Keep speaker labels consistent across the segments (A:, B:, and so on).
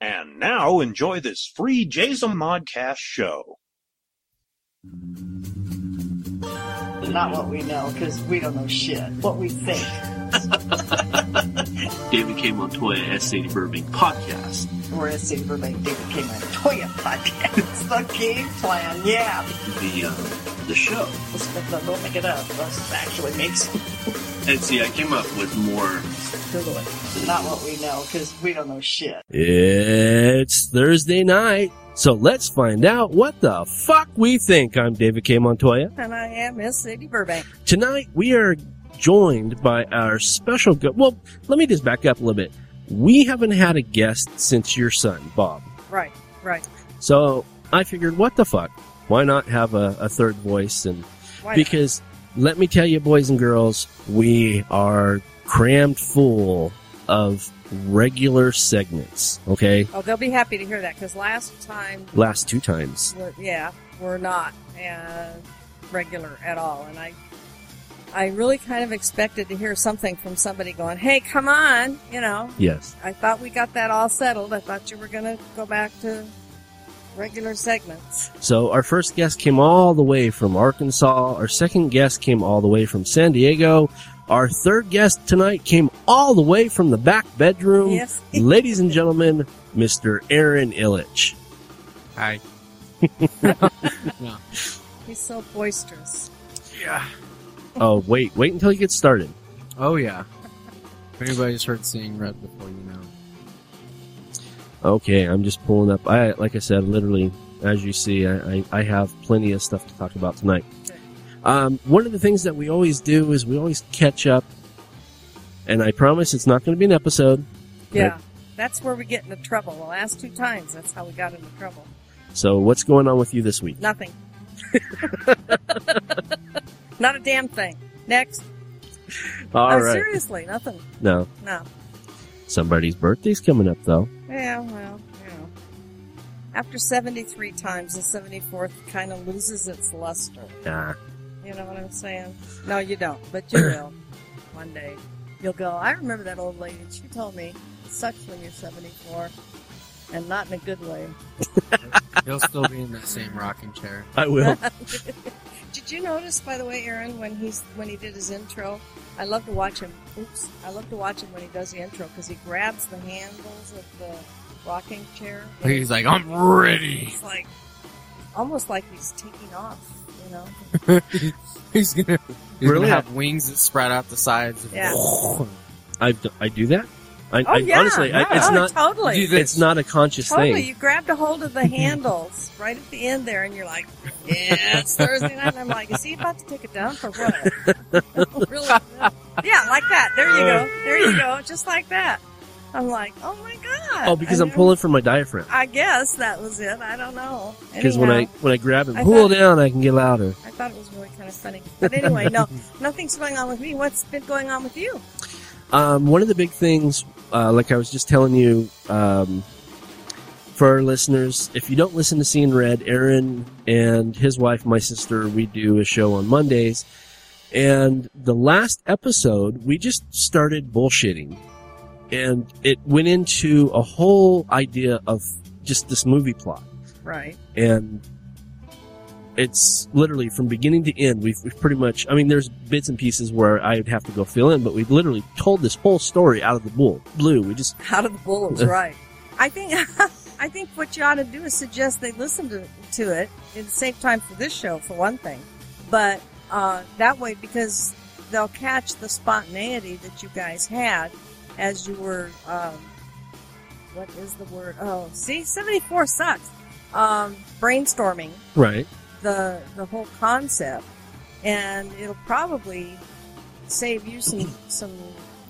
A: And now enjoy this free JSON Modcast show.
B: Not what we know, because we don't know shit. What we think.
C: David K. Montoya, S80 Burbank Podcast.
B: We're at City Burbank, David Oh, K. Montoya podcast. the game plan, yeah.
C: The uh, the show.
B: Let's, let's, let's don't make it up. Let's actually make some.
C: And see, I came up with more.
B: Google it. Not what we know, because we don't know shit.
D: It's Thursday night, so let's find out what the fuck we think. I'm David K. Montoya.
B: And I am Miss City Burbank.
D: Tonight we are joined by our special guest. Well, let me just back up a little bit. We haven't had a guest since your son, Bob.
B: Right, right.
D: So I figured, what the fuck? Why not have a, a third voice? And
B: Why not?
D: because let me tell you, boys and girls, we are crammed full of regular segments. Okay,
E: Oh, they'll be happy to hear that because last time,
D: last two times.
E: we're, yeah, we're not uh, regular at all, and I, I really kind of expected to hear something from somebody going, "Hey, come on," you know.
D: Yes.
E: I thought we got that all settled. I thought you were going to go back to regular segments.
D: So our first guest came all the way from Arkansas. Our second guest came all the way from San Diego. Our third guest tonight came all the way from the back bedroom.
E: Yes.
D: Ladies and gentlemen, Mr. Aaron Illich.
F: Hi.
E: He's so boisterous.
F: Yeah.
D: Oh, wait, wait until you get started.
F: Oh yeah. If anybody's heard "Seeing Red" before, you know.
D: Okay, I'm just pulling up. I, like I said, literally, as you see, I, I, I have plenty of stuff to talk about tonight. Um, one of the things that we always do is we always catch up, and I promise it's not going to be an episode.
E: Yeah,
D: Right.
E: that's where we get into trouble. The last two times, that's how we got into trouble.
D: So, what's going on with you this week?
E: Nothing. Not a damn thing. Next.
D: All
E: oh,
D: right.
E: seriously, nothing.
D: No,
E: No.
D: somebody's birthday's coming up though.
E: Yeah, well, you know. After 73 times, the 74th kind of loses its luster.
D: Nah.
E: You know what I'm saying? No, you don't, but you will. One day. You'll go, I remember that old lady. She told me it sucks when you're 74. And not in a good way.
F: He'll still be in that same rocking chair.
D: I will.
E: Did you notice, by the way, Aaron, when he's when he did his intro? I love to watch him. Oops, I love to watch him when he does the intro because he grabs the handles of the rocking chair.
F: He's like, "I'm ready."
E: It's like almost like he's taking off. You know,
F: He's gonna. He's
D: Really?
F: gonna have wings that spread out the sides.
E: Yeah.
D: I I do that. I,
E: Oh,
D: I
E: yeah.
D: honestly, I, it's
E: oh,
D: not.
E: totally.
F: You-
D: It's not a conscious
E: Totally,
D: thing.
E: you grabbed a hold of the handles right at the end there, and you're like, "Yeah, it's Thursday night." And I'm like, "Is he about to take a dump or what?" really? Yeah, like that. There you go. There you go. Just like that. I'm like, "Oh my god!"
D: Oh, because
E: I
D: I'm
E: never-
D: pulling from my diaphragm.
E: I guess that was it. I don't know.
D: Because when I
E: Anyhow,
D: when I grab and
E: I
D: pull
E: thought-
D: down, I can get louder.
E: I thought it was really kind of funny. But anyway, no, nothing's going on with me. What's been going on with you?
D: Um, one of the big things, uh, like I was just telling you, um, for our listeners, if you don't listen to Seeing Red, Aaron and his wife, my sister, we do a show on Mondays. And the last episode, we just started bullshitting. And it went into a whole idea of just this movie plot.
E: Right.
D: And it's literally from beginning to end, we've, we've pretty much, I mean, there's bits and pieces where I'd have to go fill in, but we've literally told this whole story out of the bull, blue. We just,
E: Out of the bullets, right? I think I think what you ought to do is suggest they listen to, to it in the same time for this show, for one thing. But uh, that way, because they'll catch the spontaneity that you guys had as you were. Um, what is the word? Oh, see, seventy-four sucks. Um, brainstorming
D: right.
E: the the whole concept, and it'll probably save you some some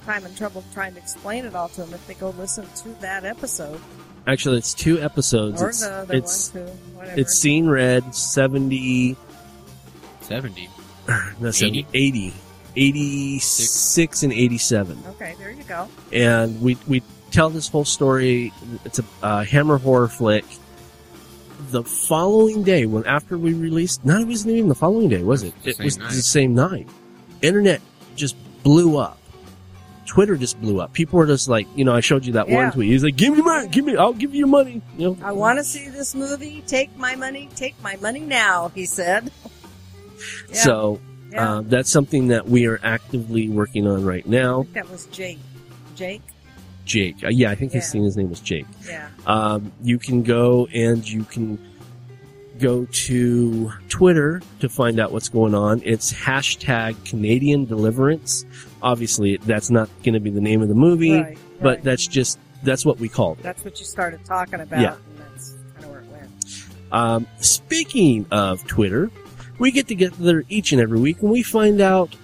E: time and trouble trying to explain it all to them if they go listen to that episode
D: Actually, it's two episodes.
E: or
D: it's,
E: the other
D: it's,
E: one too, whatever.
D: it's Scene Red 70,
F: Seventy.
D: no, 70, 80, 86 and 87.
E: okay, there you go.
D: and we we tell this whole story. It's a uh, Hammer horror flick. The following day, when after we released, no, it wasn't even the following day, was it?
F: It was the
D: it was
F: same
D: the
F: night.
D: same night. Internet just blew up Twitter just blew up. People were just like, you know, I showed you that
E: Yeah.
D: one tweet. He's like, give me money, give me, I'll give you money. You know,
E: I want to see this movie. Take my money. Take my money now, he said. Yeah,
D: So
E: yeah.
D: uh, that's something that we are actively working on right
E: I
D: now.
E: think that was Jake. Jake?
D: Jake, uh, yeah, I think his
E: Yeah.
D: thing, his name was Jake.
E: Yeah.
D: Um, you can go and you can go to Twitter to find out what's going on. It's hashtag Canadian Deliverance. Obviously, that's not going to be the name of the movie,
E: right,
D: but
E: right.
D: that's just that's what we called it.
E: that's what you started talking about.
D: Yeah.
E: And that's kind of where it went.
D: Um, speaking of Twitter, we get together each and every week and we find out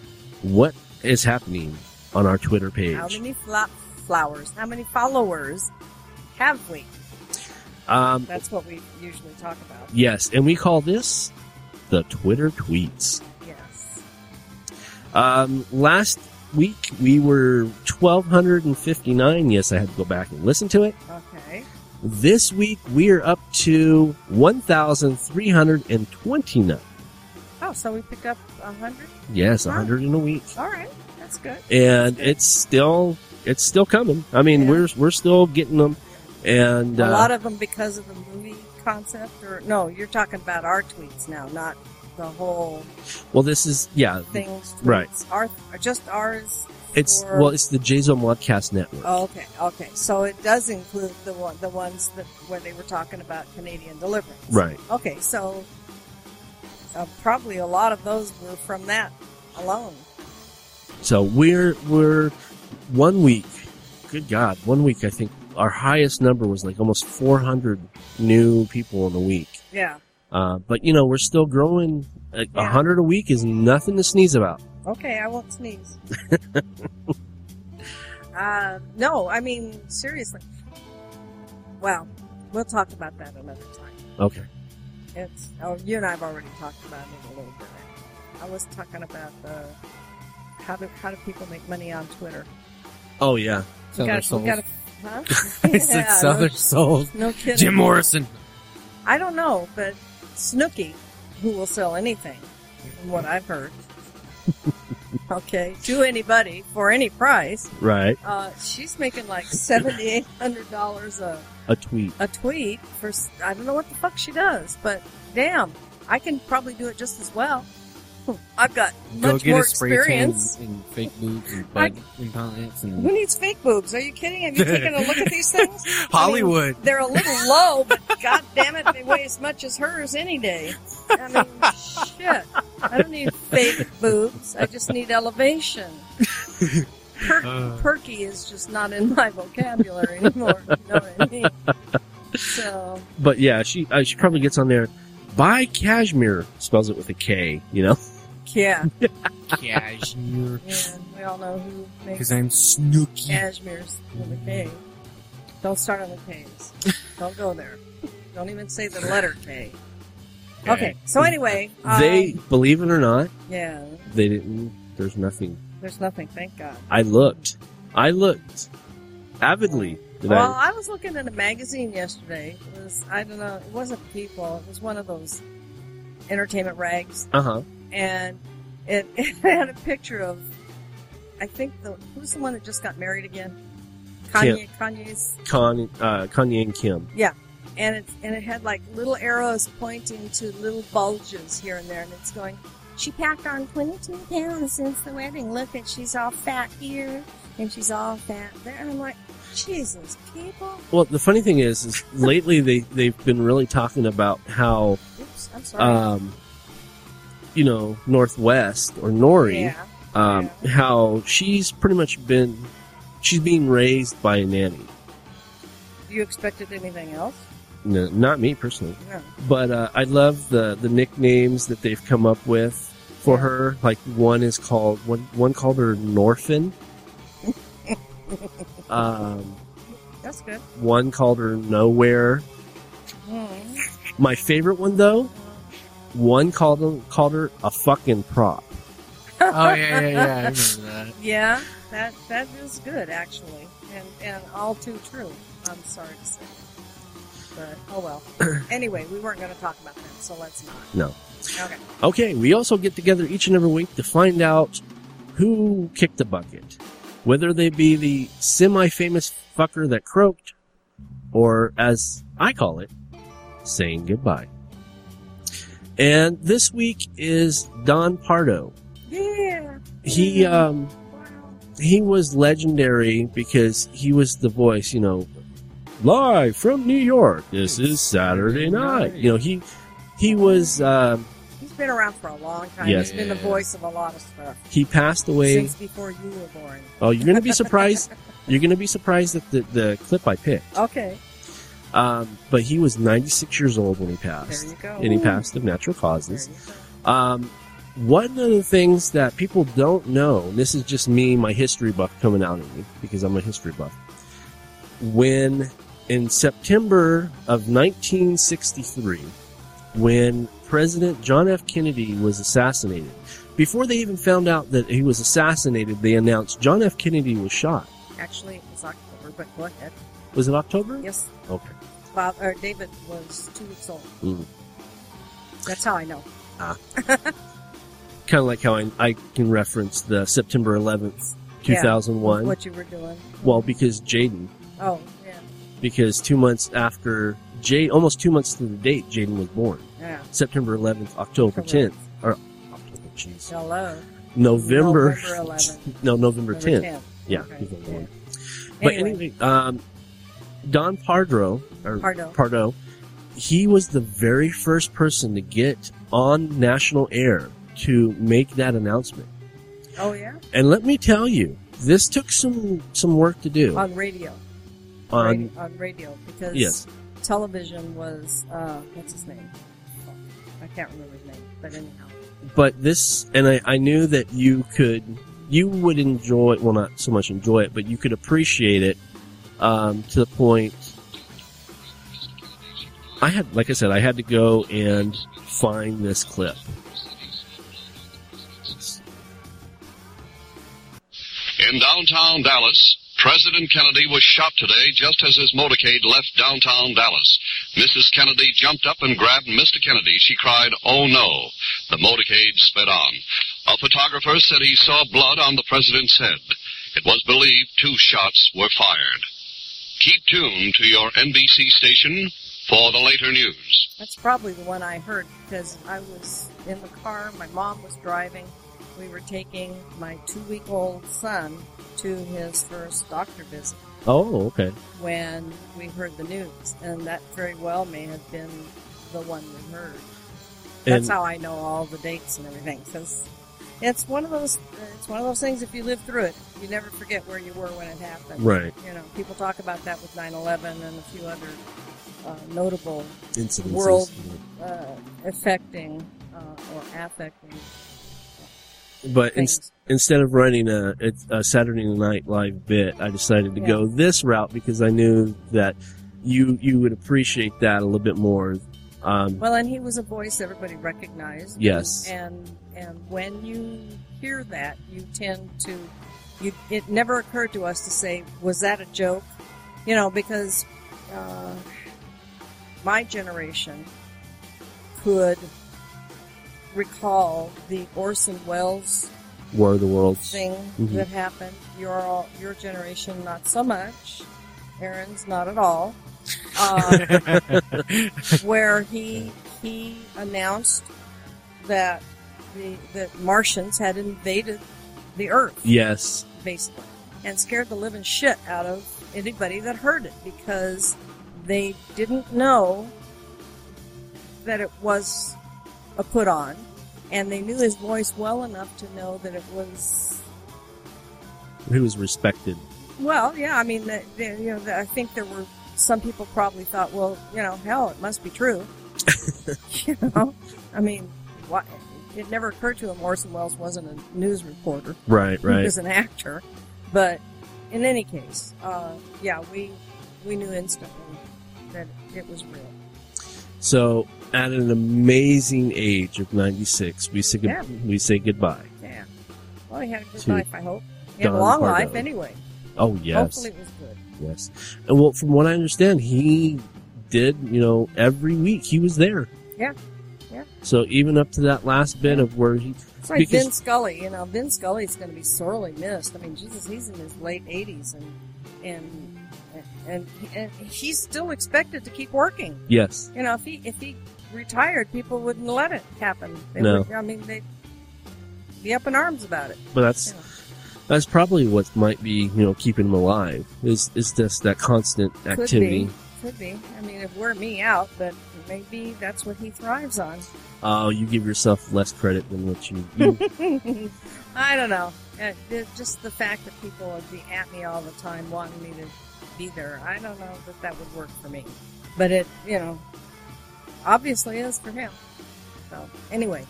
D: what is happening on our Twitter
E: How
D: page.
E: many fla- flowers? How many followers have we?
D: Um,
E: That's what we usually talk about.
D: yes, and we call this the Twitter tweets.
E: Yes.
D: Um, last week we were 1,259. Yes, I had to go back and listen to it.
E: Okay.
D: This week we are up to 1,329.
E: Oh, so we picked up a hundred.
D: Yes,
E: Wow.
D: 100 in a week.
E: All right, that's good.
D: And it's still, it's still coming. I mean,
E: Yeah.
D: we're, we're still getting them. And,
E: a
D: uh,
E: lot of them because of the movie concept, or no? You're talking about our tweets now, not the whole
D: well, this is, yeah,
E: things.
D: Right.
E: tweets. Our are just ours.
D: it's,
E: for-
D: well, it's the JZO Modcast Network.
E: Oh, okay, okay. So it does include the one, the ones that where they were talking about Canadian deliverance.
D: Right.
E: Okay, so uh, probably a lot of those were from that alone.
D: So we're we're one week. Good God, one week. I think our highest number was like almost 400 new people in a week.
E: Yeah.
D: Uh, but you know, we're still growing. A
E: Yeah.
D: hundred a week is nothing to sneeze about.
E: Okay, I won't sneeze. uh, no, I mean seriously. Well, we'll talk about that another time.
D: Okay.
E: It's oh, you and I've already talked about it a little bit. I was talking about the how do how do people make money on Twitter?
D: Oh yeah.
F: Sell their souls.
E: gotta, huh?
F: It's like
E: Yeah,
F: sell
E: no-
F: their souls.
E: No kidding.
F: Jim Morrison.
E: I don't know, but Snooky, who will sell anything, from what I've heard. okay, to anybody for any price.
D: Right.
E: Uh, she's making like seventy-eight hundred dollars a
D: A tweet.
E: a tweet for s- I don't know what the fuck she does, but damn, I can probably do it just as well. I've got
F: Go
E: much
F: get
E: more
F: a spray tan
E: experience.
F: and, and fake boobs and
E: I-
F: butt implants
E: Who
F: and
E: needs fake boobs? Are you kidding? Have you taken a look at these things?
F: Hollywood.
E: They're a little low, but god damn it, they weigh as much as hers any day. I mean, shit. I don't need fake boobs. I just need elevation. Per- perky is just not in my vocabulary anymore. You know what I mean? So,
D: But yeah, she uh, she probably gets on there. Buy cashmere spells it with a K. You know.
E: yeah,
F: cashmere.
E: yeah, we all know who
F: Because
E: makes
F: I'm Snooky.
E: cashmere's with a K. Don't start on the K's. Don't go there. Don't even say the letter K. Okay. So anyway, um,
D: they believe it or not,
E: yeah.
D: they didn't. There's nothing.
E: There's nothing, thank God.
D: I looked. I looked avidly. Did I-
E: Well, I was looking at a magazine yesterday. It was I don't know, it wasn't People. It was one of those entertainment rags,
D: Uh huh.
E: and it, it had a picture of I think the who's the one that just got married again? Kanye. Kanye's,
D: Con, uh, Kanye and Kim.
E: and it and it had like little arrows pointing to little bulges here and there, and it's going. She packed on 22 pounds since the wedding. Look at she's all fat here and she's all fat there. And I'm like, Jesus, people.
D: Well, the funny thing is, is lately they they've been really talking about how,
E: Oops, I'm sorry.
D: um, you know, Northwest or Nori,
E: Yeah.
D: um, how she's pretty much been, she's being raised by a nanny.
E: You expected anything else?
D: No, not me personally,
E: No.
D: but uh, I love the the nicknames that they've come up with for her. Like one is called one one called her Norfin. um,
E: That's good.
D: one called her Nowhere.
E: Mm.
D: My favorite one though One called him, called her a fucking prop.
F: Oh, yeah, yeah, yeah. I remember that.
E: Yeah, that that is good actually, and and all too true. I'm sorry to say, but oh well. anyway, we weren't going to talk about that, so let's not.
D: No.
E: Okay.
D: Okay, we also get together each and every week to find out who kicked the bucket. whether they be the semi-famous fucker that croaked, or as I call it, saying goodbye. And this week is Don Pardo.
E: Yeah.
D: He um,
E: Wow.
D: he was legendary because he was the voice, you know, live from New York. This is Saturday night. You know, he he was um,
E: He's been around for a long time.
D: Yes.
E: He's been the
F: Yeah.
E: voice of a lot of stuff
D: he passed away.
E: since before you were born.
D: Oh, you're gonna be surprised. You're gonna be surprised at the the clip I picked.
E: Okay.
D: Um, but he was 96 years old when he
E: There
D: passed,
E: you go.
D: and he passed of natural
E: There
D: causes.
E: you go.
D: Um, one of the things that people don't know, and this is just me, my history buff coming out of me, because I'm a history buff. When in September of 1963, when President John F. Kennedy was assassinated, before they even found out that he was assassinated, they announced John F. Kennedy was shot.
E: Actually, it was October, but go ahead.
D: Was it October?
E: Yes,
D: Okay.
E: Bob or David was two weeks old.
D: Mm.
E: That's how I know.
D: Kind of like how I, I can reference the September 11th,
E: Yeah.
D: 2001.
E: What you were doing.
D: Well, because Jaden
E: Oh, yeah.
D: because two months after Jade, almost two months to the date, Jaden was born.
E: Yeah.
D: September 11th, October
E: Correct.
D: 10th, or October, jeez,
E: Hello.
D: November,
E: November 11th.
D: no, November
E: Number
D: 10th.
E: 10.
D: Yeah,
E: Okay.
D: he was born.
E: Yeah.
D: But
E: Anyway.
D: anyway, um, Don Pardro or
E: Pardo.
D: Pardo, he was the very first person to get on national air to make that announcement.
E: Oh, yeah?
D: And let me tell you, this took some some work to do
E: On radio.
D: on
E: radio, on radio because
D: Yes.
E: television was, uh, what's his name? Fuck, I can't remember his name, but anyhow.
D: but this and I, I knew that you could you would enjoy well not so much enjoy it but you could appreciate it um, to the point i had like i said i had to go and find this clip
G: In downtown Dallas, President Kennedy was shot today just as his motorcade left downtown Dallas. Mrs. Kennedy jumped up and grabbed Mr. Kennedy. She cried, Oh no. The motorcade sped on. A photographer said he saw blood on the president's head. It was believed two shots were fired. Keep tuned to your NBC station for the later news.
E: That's probably the one I heard because I was in the car. My mom was driving. We were taking my two week old son to his first doctor visit
D: oh okay
E: when we heard the news, and that very well may have been the one we heard. That's
D: and
E: how I know all the dates and everything because it's one of those it's one of those things. If you live through it, you never forget where you were when it happened.
D: right
E: You know, people talk about that with 9/11 and a few other uh, notable
D: incidences
E: World. uh, affecting uh, or affecting
D: but in,
E: things.
D: instead of running a, a Saturday Night Live bit, I decided to
E: Yeah.
D: go this route because I knew that you you would appreciate that a little bit more. Um,
E: Well, and he was a voice everybody recognized.
D: Yes.
E: And and when you hear that, you tend to you. It never occurred to us to say, "Was that a joke?" You know, because uh, my generation could recall the Orson Welles
D: War of the Worlds.
E: thing
D: Mhm.
E: that happened. Your all, your generation, not so much. Aaron's not at all. Um, where he he announced that the that Martians had invaded the Earth,
D: Yes.
E: basically, and scared the living shit out of anybody that heard it because they didn't know that it was a put on, and they knew his voice well enough to know that it was
D: He was respected.
E: Well, yeah, I mean, the, the, you know, the, I think there were some people probably thought, well, you know, hell, it must be true. you know, I mean, why it never occurred to him Orson Welles wasn't a news reporter;
D: Right,
E: he
D: right.
E: was an actor. But in any case, uh, yeah, we we knew instantly that it was real.
D: So at an amazing age of 96, we say, good-
E: Yeah.
D: we say goodbye.
E: Yeah. Well, he had a good
D: To
E: life, I hope. He had a
D: Don
E: long
D: Pardo.
E: life, anyway.
D: Oh, yes.
E: Hopefully, it was good.
D: Yes. And well, from what I understand, he did, you know, every week he was there.
E: Yeah. Yeah.
D: So even up to that last bit of where he,
E: It's like
D: Because-
E: Vin Scully. You know, Vin Scully's going to be sorely missed. I mean, Jesus, he's in his late 80s, and and and, and he's still expected to keep working.
D: yes,
E: You know, if he if he retired, people wouldn't let it happen. They
D: No.
E: would, I mean, they'd be up in arms about it.
D: but that's
E: Yeah.
D: that's probably what might be you know keeping him alive is is just that constant activity.
E: Could be. Could be. I mean, it wore me out, but maybe that's what he thrives on.
D: Oh, you give yourself less credit than what you. you
E: I don't know. Uh, it- Just the fact that people would be at me all the time wanting me to be there, I don't know that that would work for me. But it, you know, obviously is for him. So, anyway,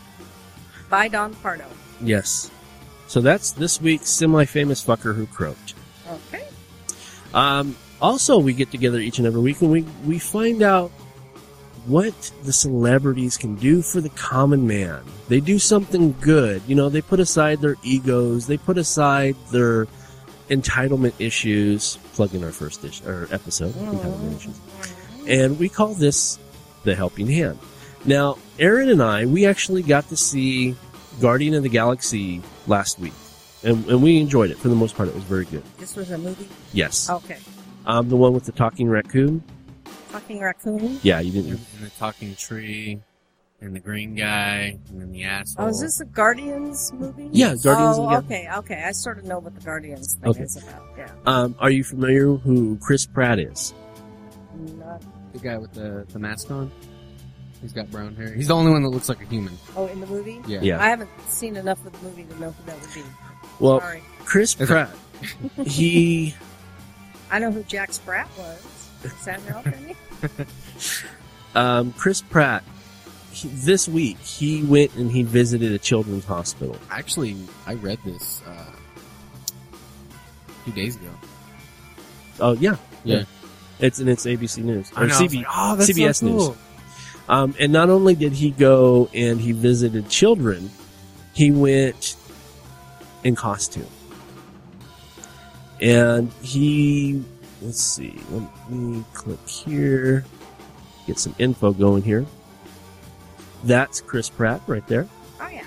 E: bye, Don Pardo.
D: yes. So that's this week's semi-famous fucker who croaked.
E: Okay.
D: Um, also, we get together each and every week and we, we find out what the celebrities can do for the common man. They do something good. You know, they put aside their egos, they put aside their entitlement issues. Plug in our first ish, or episode, entitlement issues. And we call this the helping hand. Now, Aaron and I, we actually got to see Guardian of the Galaxy last week. And, and we enjoyed it for the most part. It was very good.
E: This was a movie?
D: Yes.
F: Oh.
E: Okay.
D: Um, the one with the talking raccoon.
E: Fucking raccoon.
D: Yeah, you
F: And
D: didn't.
F: the talking tree, and the green guy, and then the asshole.
E: Oh, is this a Guardians movie?
D: Yeah, Guardians
E: Oh,
D: of
E: okay, okay. I sort of know what the Guardians thing
D: Okay.
E: is about. Yeah.
D: Um, are you familiar who Chris Pratt is?
E: Not,
F: the guy with the, the mask on? He's got brown hair. He's the only one that looks like a human.
E: oh, in the movie?
F: Yeah.
D: Yeah.
E: I haven't seen enough of the movie to know who that would be.
D: Well,
E: Sorry.
D: Chris
F: Okay.
D: Pratt. he
E: I know who Jack Sprat was. Does that help any?
D: um, Chris Pratt. He, this week he went and he visited a children's hospital.
F: Actually, I read this uh, two days ago.
D: Oh yeah,
F: Yeah.
D: It's and it's ABC News or
F: I know, I was
D: CB,
F: like, oh, that's so
D: CBS News.
F: cool."
D: Um, and not only did he go and he visited children, he went in costume. And he, let's see, let me click here, get some info going here. That's Chris Pratt right there.
E: Oh yeah,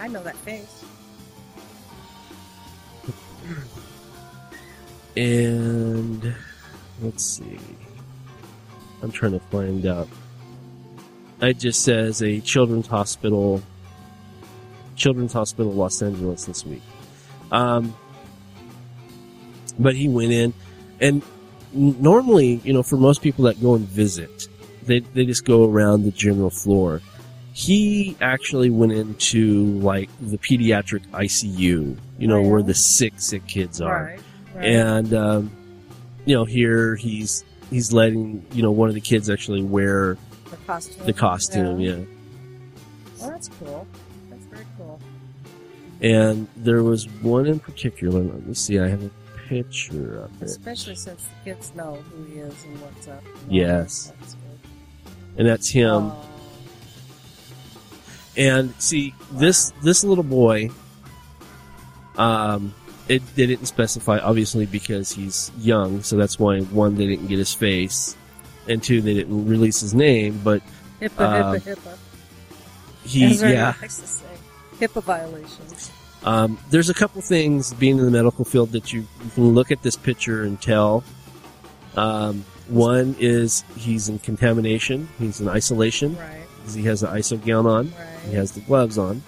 E: I know that face.
D: And let's see. I'm trying to find out. It just says a children's hospital, children's hospital, Los Angeles this week. Um, but he went in, and n- normally, you know, for most people that go and visit, they they just go around the general floor. He actually went into like the pediatric ICU, you know, where the sick sick kids are
E: Right. right.
D: and um, you know here he's he's letting you know one of the kids actually wear
E: the costume.
D: the costume yeah,
E: Well, that's cool. That's very cool.
D: Uh, and there was one in particular let me see i have a picture of it
E: Especially since the kids know who he is and what's up. and all
D: Yes.
E: that. That's good.
D: and that's him
E: Oh,
D: and see this this little boy um it they didn't specify obviously because he's young so that's why one they didn't get his face and two they didn't release his name but
E: HIPAA,
D: Um,
E: HIPAA, HIPAA.
D: he
E: As Ernie
D: yeah
E: likes to say, HIPAA violations.
D: Um, there's a couple things being in the medical field that you, you can look at this picture and tell. Um, one is he's in contamination. He's in isolation.
E: Right.
D: 'cause He has the ISO gown on.
E: Right.
D: He has the gloves on.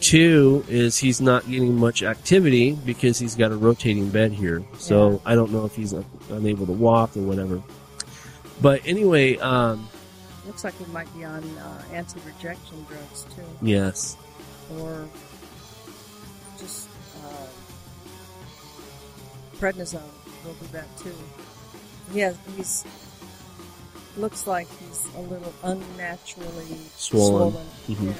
D: Two is he's not getting much activity because he's got a rotating bed here. So I don't know if he's un- unable to walk or whatever. But anyway, um,
E: Looks like he might be on uh, anti-rejection drugs too.
D: yes.
E: or just uh, prednisone will do that too. He has he's looks like he's a little unnaturally
D: Swollen.
E: swollen.
D: Mhm.
E: Yeah.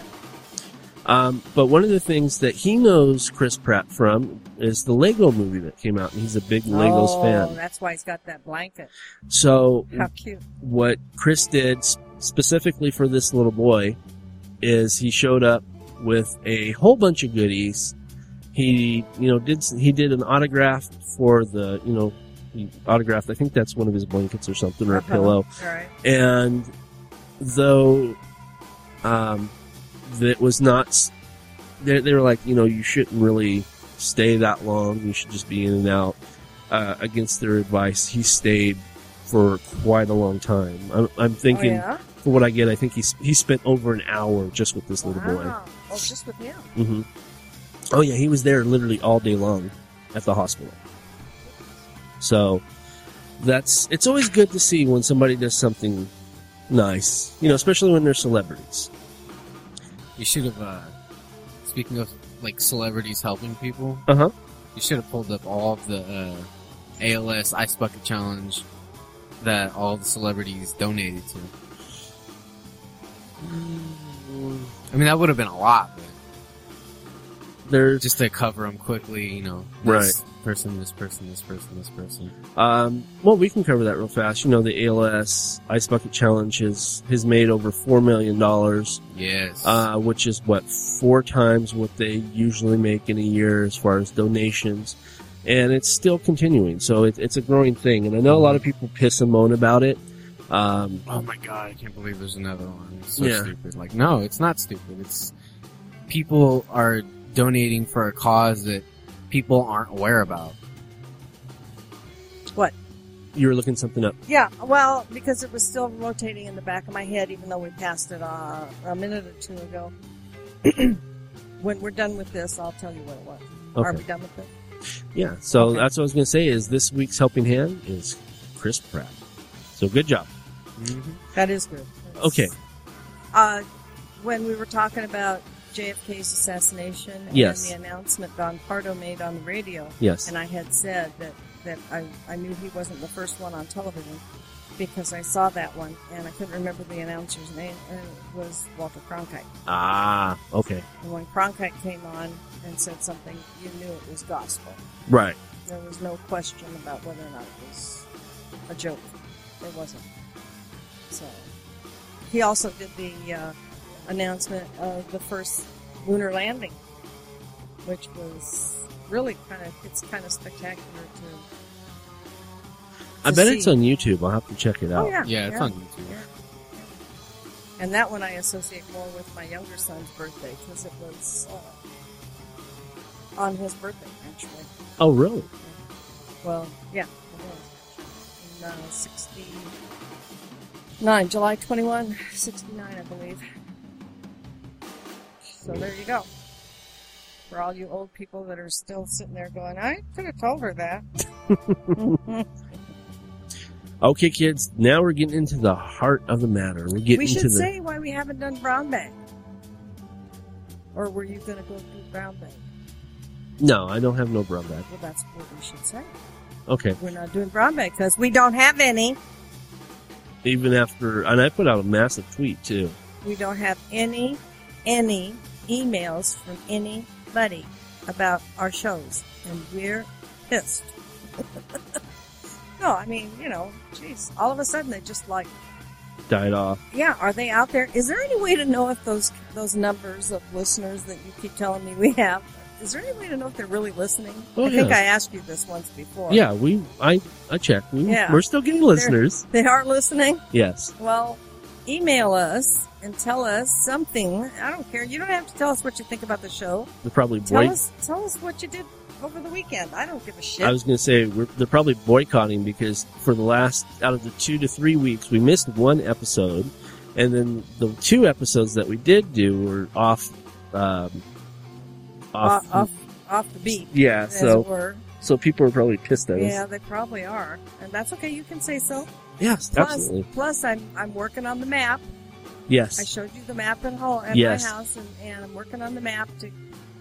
D: Um, but one of the things that he knows Chris Pratt from is the Lego movie that came out, and he's a big Legos
E: oh,
D: fan. Mm.
E: that's why he's got that blanket.
D: So,
E: How cute!
D: what Chris did s- specifically for this little boy is he showed up with a whole bunch of goodies. He, you know, did s- he did an autograph for the, you know, he autographed. I think that's one of his blankets or something or a
E: Uh-huh.
D: pillow.
E: All right,
D: And though um, that was not. s- They, they were like, you know, you shouldn't really stay that long. You should just be in and out. Uh, against their advice, he stayed for quite a long time. I'm, I'm thinking,
E: Oh, yeah?
D: for what I get, I think he s- he spent over an hour just with this little boy.
E: Wow. Oh, just with him.
D: hmm Oh yeah, he was there literally all day long at the hospital. So that's it's always good to see when somebody does something nice, you know, especially when they're celebrities.
F: You should have, uh, speaking of like celebrities helping people,
D: Uh-huh.
F: you should have pulled up all of the uh, ALS Ice Bucket Challenge that all the celebrities donated to. I mean, that would have been a lot, but
D: There's
F: just to cover them quickly, you know, this person, this person, this person, this person.
D: um, well, we can cover that real fast. You know, the ALS Ice Bucket Challenge has has made over four million dollars,
F: Yes.
D: uh, which is what four times what they usually make in a year as far as donations. And it's still continuing, so it, it's a growing thing. And I know a lot of people piss and moan about it. Um,
F: oh my god, I can't believe there's another one. It's so
D: Yeah.
F: stupid. Like, no, it's not stupid. It's people are donating for a cause that people aren't aware about.
D: you were looking something up.
E: Yeah, well, because it was still rotating in the back of my head, even though we passed it uh, a minute or two ago. when we're done with this, I'll tell you what it was. Are we
D: Okay.
E: done with it?
D: Yeah. So
E: Okay.
D: that's what I was going to say. Is this week's helping hand is Chris Pratt. So good job.
E: That is good. That's-
D: Okay.
E: Uh, when we were talking about JFK's assassination and
D: Yes.
E: the announcement Don Pardo made on the radio,
D: Yes.
E: and I had said that, that I, I knew he wasn't the first one on television because I saw that one and I couldn't remember the announcer's name, and it was Walter Cronkite.
D: Ah. Okay.
E: And when Cronkite came on and said something, you knew it was gospel.
D: Right.
E: There was no question about whether or not it was a joke. It wasn't. So he also did the uh, announcement of the first lunar landing, which was really kind of it's kind of spectacular too.
D: I
E: To
D: bet
E: see.
D: it's on YouTube. I'll have to check it out.
E: Oh yeah,
F: Yeah, it's on YouTube.
E: And that one I associate more with my younger son's birthday because it was uh, on his birthday actually.
D: Oh, really?
E: Well, yeah, it was. In, uh, 69, July 21, 69, I believe. So there you go. For all you old people that are still sitting there going, I could have told her that.
D: Okay, kids. Now we're getting into the heart of the matter. We're getting
E: we
D: to
E: should
D: the.
E: say why we haven't done Brown Bag. Or were you going to go do Brown Bag?
D: no, I don't have no brown bag.
E: Well, that's what we should say.
D: Okay.
E: We're not doing Brown Bag because we don't have any.
D: Even after, and I put out a massive tweet too.
E: We don't have any, any emails from anybody about our shows, and we're pissed. no, I mean, you know, geez, all of a sudden they just like,
D: Died off.
E: yeah, are they out there? Is there any way to know if those those numbers of listeners that you keep telling me we have? Is there any way to know if they're really listening?
D: Oh,
E: I think
D: yeah.
E: I asked you this once before.
D: Yeah, we. I. I checked. We,
E: Yeah.
D: We're still getting listeners.
E: They are listening?
D: Yes.
E: Well, email us and tell us something. I don't care. You don't have to tell us what you think about the show.
D: They're probably
E: Tell
D: break-
E: us, tell us what you did over the weekend. I don't give a shit.
D: I was going to say we're, they're probably boycotting because for the last out of the two to three weeks we missed one episode, and then the two episodes that we did do were off, um,
E: off,
D: off,
E: off, off the beat,
D: yeah.
E: as
D: So
E: it were.
D: so people are probably pissed at
E: Yeah,
D: us.
E: they probably are, and that's okay. You can say so.
D: Yes,
E: Plus,
D: absolutely.
E: plus, I'm I'm working on the map. I
D: Yes,
E: showed you the map at home at
D: Yes.
E: my house, and, and I'm working on the map to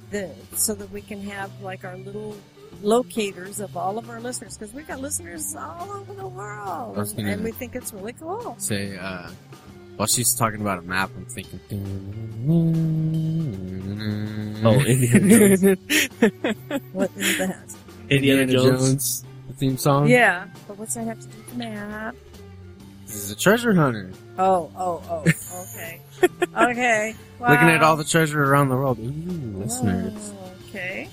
E: the so that we can have like our little locators of all of our listeners because we've got listeners all over the world,
F: I was gonna-
E: and we think it's really cool.
F: Say, uh, while she's talking about a map, I'm thinking.
D: Oh, Indiana
E: What is that?
D: Indiana, Jones.
F: the theme
D: Um,
F: song.
E: yeah, but what's that have to do with the map?
F: this is a treasure hunter.
E: Oh, oh, oh. Okay. okay. Wow.
F: Looking at all the treasure around the world. Ooh, listeners.
E: Oh, okay.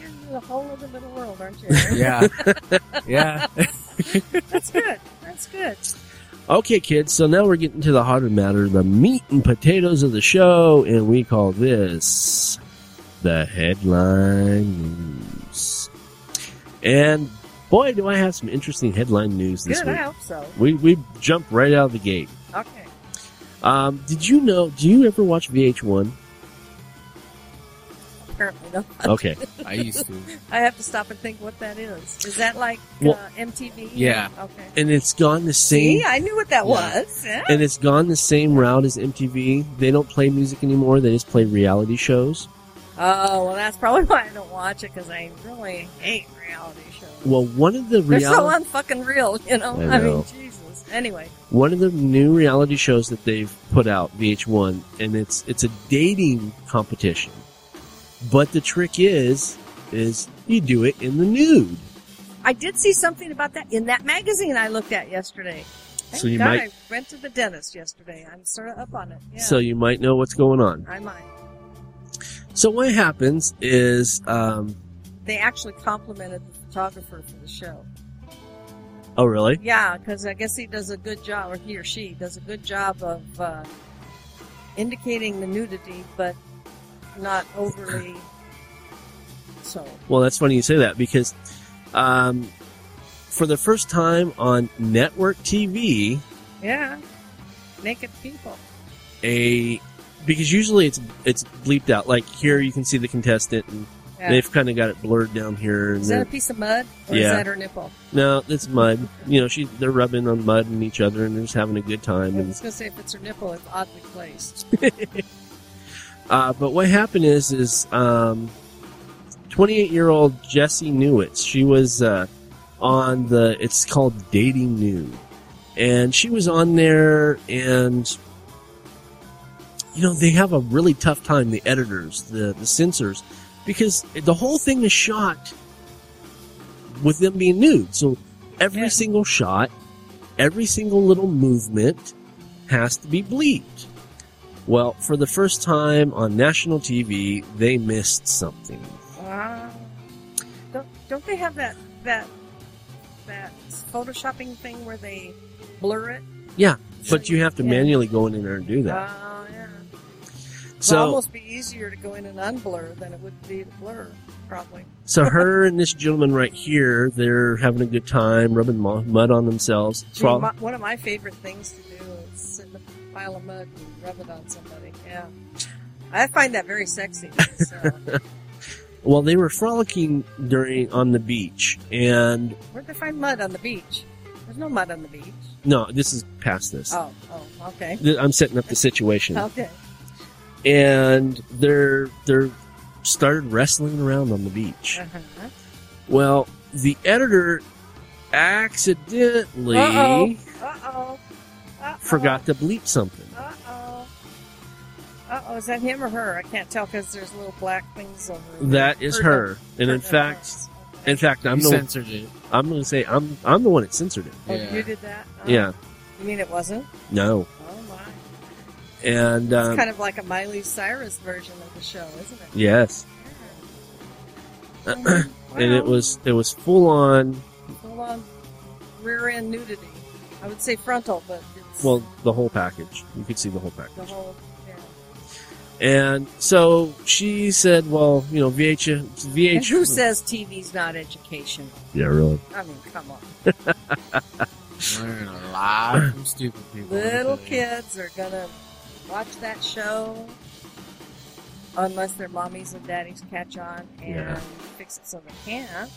E: You're the whole of the little world, aren't you?
F: Yeah, yeah.
E: That's good. That's good.
D: Okay, kids, so now we're getting to the heart of the matter, the meat and potatoes of the show, and we call this the headline news. And boy, do I have some interesting headline news this
E: Good, I
D: week.
E: hope so.
D: We, we jumped right out of the gate.
E: Okay.
D: Um, did you know, do you ever watch VH1?
E: Apparently not.
D: Okay.
F: I used to.
E: I have to stop and think what that is. Is that like
D: Well-
E: uh, MTV?
F: Yeah.
E: Okay.
D: and it's gone the same.
E: See, I knew what that
F: Yeah.
E: was. Yeah.
D: and it's gone the same route as MTV. They don't play music anymore. They just play reality shows.
E: Oh, well, that's probably why I don't watch it because I really hate reality shows.
D: Well, one of the
E: They're so
D: reality,
E: unfucking real, you know?
D: I
E: I,
D: know.
E: mean, Jesus. Anyway,
D: one of the new reality shows that they've put out, VH1, and it's it's a dating competition. But the trick is, is you do it in the nude.
E: I did see something about that in that magazine I looked at yesterday. Thank
D: So you
E: God
D: might-
E: I went to the dentist yesterday. I'm sort of up on it. Yeah,
D: So you might know what's going on.
E: I might.
D: So what happens is, um,
E: They actually complimented the photographer for the show.
D: oh really?
E: Yeah, because I guess he does a good job, or he or she does a good job of uh, indicating the nudity, but not overly so.
D: Well, that's funny you say that because, um, for the first time on network TV,
E: Yeah, naked people.
D: a because usually it's it's bleeped out. Like here, you can see the contestant, and
E: Yeah.
D: they've kind of got it blurred down here. And
E: is that a
D: they're-
E: piece of mud, or
D: Yeah.
E: is that her nipple?
D: no, it's mud. You know, she they're rubbing on mud and each other, and they're just having a good
E: I
D: time. And
E: was gonna say if it's her nipple, it's oddly placed.
D: Uh, but what happened is, is um, 28-year-old Jessie Newitz. She was uh, on the. It's called Dating Nude, and she was on there, and you know they have a really tough time. The editors, the the censors, because the whole thing is shot with them being nude. So every
E: Yeah.
D: single shot, every single little movement has to be bleeped. Well, for the first time on national TV, they missed something.
E: Wow. Don't don't they have that that that photoshopping thing where they blur it?
D: Yeah, But you have to
E: Yeah.
D: manually go in there and do
E: Oh
D: that.
E: yeah. It'd
D: So,
E: almost be easier to go in and unblur than it would be to blur, probably.
D: so her and this gentleman right here, they're having a good time, rubbing mu- mud on themselves.
E: Gee,
D: Prob-
E: my, one of my favorite things to do is sit in a pile of mud and rub it on somebody. Yeah. I find that very sexy. So.
D: well, they were frolicking during on the beach, and
E: Where'd they find mud on the beach? There's no mud on the beach.
D: no, this is past this.
E: Oh, oh, okay.
D: Th- I'm setting up the situation,
E: Okay.
D: and they're they're started wrestling around on the beach.
E: Uh-huh.
D: Well, the editor accidentally.
E: Uh-oh. Uh-oh. Uh-oh.
D: forgot to bleep something.
E: Uh-oh. Uh-oh, is that him or her? I can't tell because there's little black things over
D: That is her, and in
E: Hurt
D: fact,
E: us. Okay.
D: in fact, I'm
F: you
D: the
F: censored it.
D: I'm going to say I'm I'm the one that censored it.
E: Oh,
F: Yeah.
E: you did that? Oh.
D: Yeah,
E: You mean it wasn't?
D: no,
E: Oh my.
D: and
E: It's
D: um,
E: kind of like a Miley Cyrus version of the show, isn't it?
D: yes,
E: Yeah. Mhm.
D: Uh, and it
E: Wow.
D: was it was full on.
E: full on rear end nudity. I would say frontal, but it's
D: Well, the whole package. You could see the whole
E: the
D: package.
E: whole. Yeah.
D: And so she said, "Well, you know, VH VH."
E: And who says TV's not educational?
D: Yeah, really.
E: I mean, come on.
F: Learn a lot from stupid people.
E: Little
F: Okay.
E: kids are gonna watch that show unless their mommies and daddies catch on and
D: Yeah.
E: fix it so they can't.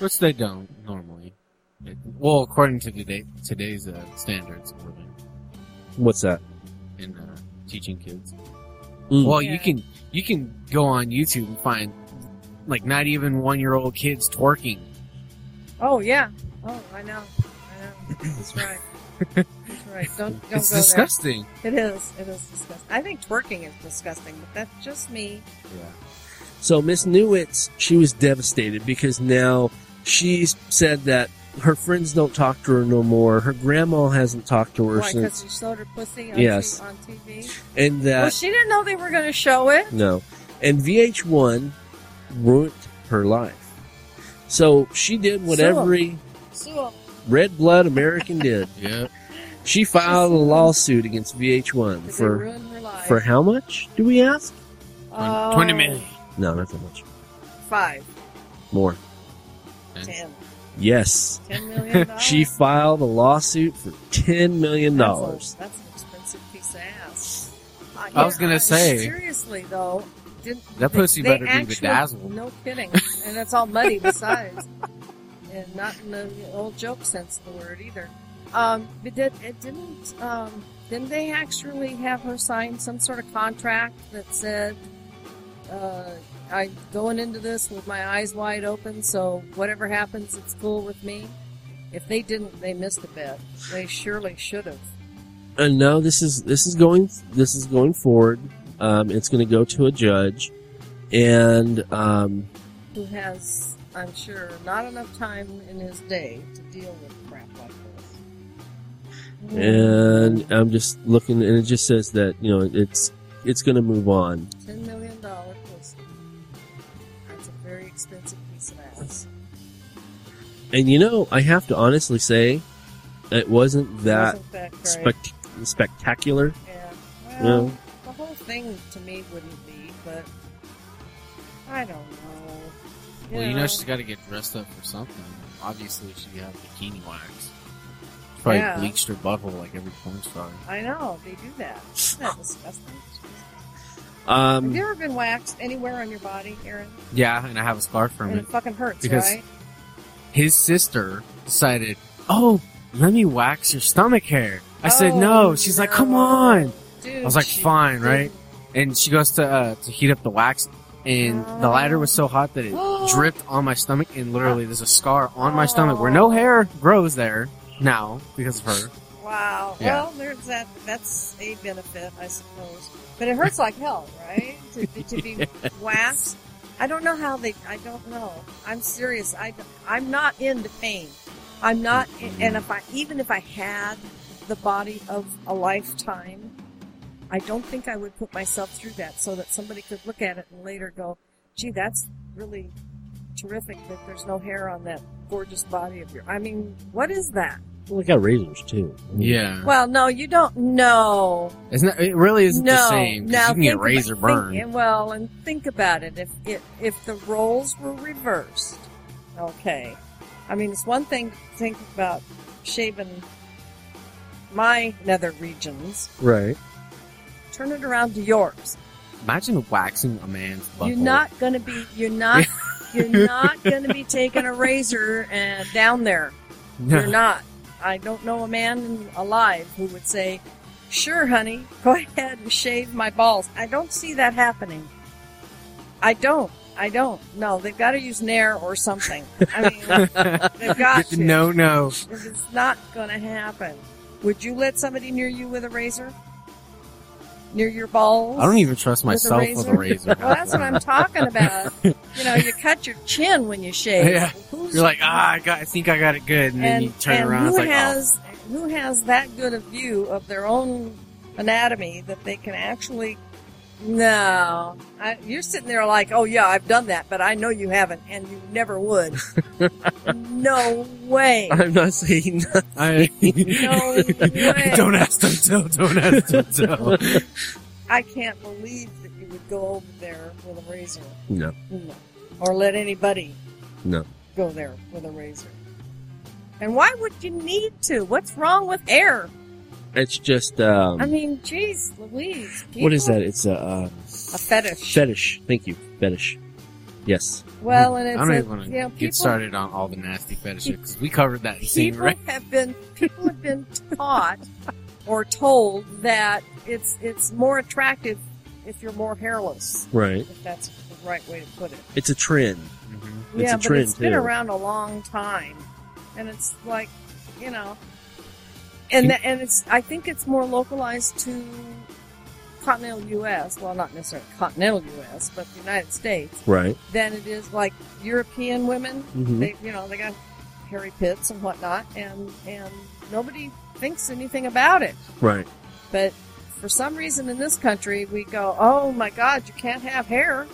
F: Which they don't normally. It- well, according to today, today's uh, standards of living
D: What's that?
F: and uh, teaching kids.
D: Mm.
F: Well,
E: Yeah.
F: you can you can go on YouTube and find like not even one year old kids twerking.
E: Oh yeah. Oh, I know. I know. He's right. He's right. Don't don't
F: It's
E: go
F: disgusting.
E: there. It is. It is disgusting. I think twerking is disgusting, but that's just me.
D: So Miss Newitz, she was devastated because now she's said that her friends don't talk to her no more. Her grandma hasn't talked to her
E: Why?
D: since,
E: Because you showed her pussy on,
D: Yes.
E: t- on TV.
D: and that
E: Well, she didn't know they were going to show it.
D: No. And VH1 ruined her life. So she did what
E: So-
D: every
E: So
D: red blood American did.
F: Yeah.
D: She filed a lawsuit against VH1
H: Did they
D: for
H: ruin her life?
D: for how much? Do we ask?
E: Oh,
F: 20 million.
D: No, not that much.
E: Five,
D: More.
E: ten,
D: Yes.
E: ten million dollars.
D: She filed a lawsuit for ten million
E: That's a-
D: dollars.
E: That's an expensive piece of ass. I
F: was gonna say-
E: Seriously though, didn't,
F: That
E: they-
F: pussy
E: they
F: better be
E: actually-
F: bedazzled.
E: No kidding, and it's all muddy besides, and not in the old joke sense of the word either. Um, but did, it didn't. Um, didn't they actually have her sign some sort of contract that said, uh, "I'm going into this with my eyes wide open, so whatever happens, it's cool with me." If they didn't, they missed a bit. They surely should have.
D: And no, this is this is going this is going forward. Um, it's going to go to a judge, and um,
E: who has, I'm sure, not enough time in his day to deal with crap like this.
D: and I'm just looking, and it just says that you know it's it's going to move on.
E: Ten million dollars was that's a very expensive piece of ass.
D: And you know, I have to honestly say, it wasn't that
E: Wasn't that great?
D: spect- spectacular.
E: yeah. Well,
D: Yeah.
E: the whole thing to me wouldn't be, but I don't know.
F: Well, you know she's got to get dressed up for something. Obviously, she had bikini wax. Probably
E: Yeah.
F: bleached her butthole like every porn star.
E: I know they do that. Isn't that disgusting? Have you
D: Um,
E: ever been waxed anywhere on your body, Aaron?
F: Yeah, and I have a scar from
E: And
F: it.
E: it fucking hurts,
F: Because-
E: right?
F: His sister decided, "Oh, let me wax your stomach hair." I said,
E: Oh,
F: "No." She's like, "Come
E: no.
F: on."
E: Dude,
F: I was like,
E: she
F: "Fine, right?"
E: didn't.
F: And she goes to uh, to heat up the wax, and the lighter was so hot that it dripped on my stomach, and literally there's a scar on my stomach where no hair grows there now because of her.
E: Wow.
F: Yeah.
E: Well, there's that. That's a benefit, I suppose. But it hurts like hell, right? To, to be waxed. I don't know how they. I don't know. I'm serious. I. I'm not into pain. I'm not. And if I even if I had the body of a lifetime, I don't think I would put myself through that so that somebody could look at it and later go, "Gee, that's really terrific that there's no hair on that gorgeous body of your." I mean, what is that?
D: well, they got razors too.
F: Yeah,
E: Well, no, you don't know.
F: isn't that, it really isn't
E: no,
F: the same? 'cause
E: now
F: you can get
E: think
F: razor
E: about-
F: burn.
E: think- and well, and think about it. If it, if the roles were reversed, okay. I mean, it's one thing to think about shaving my nether regions.
D: right?
E: Turn it around to yours.
F: Imagine waxing a man's butthole.
E: You're not gonna be. You're not. you're not gonna be taking a razor and down there. You're not. I don't know a man alive who would say, "Sure, honey, go ahead and shave my balls." I don't see that happening. I don't. I don't. No, they've got to use Nair or something. I mean, they've got to.
F: no, no.
E: It's not going to happen. Would you let somebody near you with a razor? Near your balls?
F: I don't even trust
E: With a
F: myself with a razor.
E: Well, that's what I'm talking about. You know, you cut your chin when you shave.
F: Yeah.
E: Who's
F: You're like, ah, I got. I think I got it good, and, then you turn
E: and
F: around.
E: Who
F: It's like, oh,
E: has who has that good a view of their own anatomy that they can actually? No, I, you're sitting there like, oh yeah, I've done that, but I know you haven't, and you never would. no way.
D: I'm not saying
F: I,
E: No way.
F: don't ask, don't tell, don't ask, don't tell.
E: I can't believe that you would go over there with a razor,
D: no.
E: No. or let anybody
D: No.
E: go there with a razor. And why would you need to? What's wrong with air?
D: It's just um,
E: I mean, jeez, Louise.
D: what is
E: people-
D: that? It's a uh,
E: A fetish.
D: fetish. Thank you, fetish. Yes.
E: Well, and it's
F: I don't
E: a,
F: even want to
E: you know, people,
F: get started on all the nasty fetishes because we covered that thing,
E: people
F: right?
E: have been people have been taught or told that it's it's more attractive if you're more hairless,
D: Right.
E: if that's the right way to put it.
D: It's a trend.
F: Mm-hmm.
D: It's
E: yeah,
D: a
E: but
D: trend
E: it's been
D: too.
E: around a long time, and it's like you know, and tha- and it's I think it's more localized to continental U.S. Well, not necessarily continental U.S., but the United States
D: Right.
E: than it is like European women.
D: hmm
F: Mm-hmm.
E: They, you know, they got hairy pits and whatnot, and and nobody thinks anything about it.
D: Right.
E: But for some reason in this country, we go, "Oh my God, you can't have hair."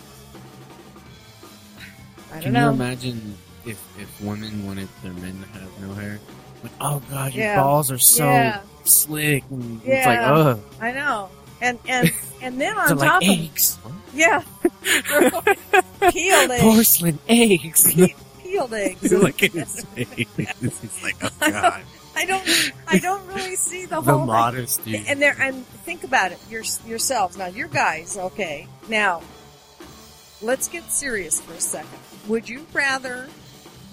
E: I don't
F: Can you
E: know.
F: imagine if if women wanted their men to have no hair? Like, oh god, your
E: Yeah.
F: balls are so
E: yeah,
F: slick and it's
E: Yeah.
F: like ugh.
E: I know. And and and then
F: They're
E: on top
F: like
E: of
F: eggs,
E: yeah, they're all peeled eggs,
F: porcelain eggs.
E: Pe- peeled eggs.
F: Look at his face. He's like, oh god,
E: I don't I don't really see the,
F: the
E: whole thing.
F: modesty.
E: And there, and think about it your, yourselves. Now, your guys, okay. Now, let's get serious for a second. Would you rather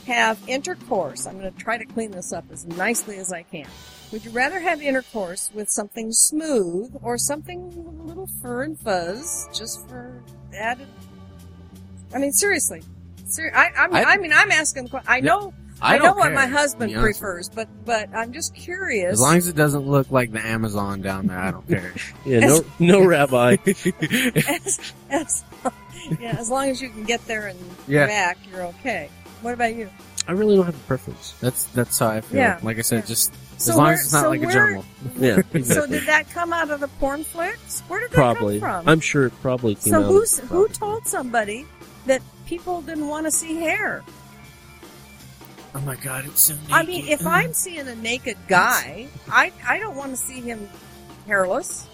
E: have intercourse? I'm going to try to clean this up as nicely as I can. Would you rather have intercourse with something smooth or something with a little fur and fuzz, just for added? I mean, seriously. Ser- I, I'm, I,
F: I-
E: mean, I'm asking. que- I
F: Yeah,
E: know, I, know
F: don't
E: what
F: care,
E: my
F: to
E: husband
F: be honest.
E: prefers, but but I'm just curious.
F: As long as it doesn't look like the Amazon down there, I don't care.
D: Yeah, no, no rabbi.
E: as, as, yeah, as long as you can get there and
F: Yeah.
E: back, you're okay. What about you?
D: I really don't have a preference.
F: That's that's how I feel.
E: Yeah.
F: Like I said,
E: Yeah.
F: just
E: So
F: as long
E: where-
F: as it's not
E: so
F: like a
E: where-
F: jungle.
D: Yeah,
E: So
D: exactly.
E: did that come out of the porn flicks? Where did that
D: probably.
E: come from?
D: I'm sure it probably came
E: so
D: out.
E: who's
D: of-
E: who told somebody that people didn't want to see hair?
F: Oh my god, it's so. Naked.
E: I mean, if I'm seeing a naked guy, I I don't want to see him hairless.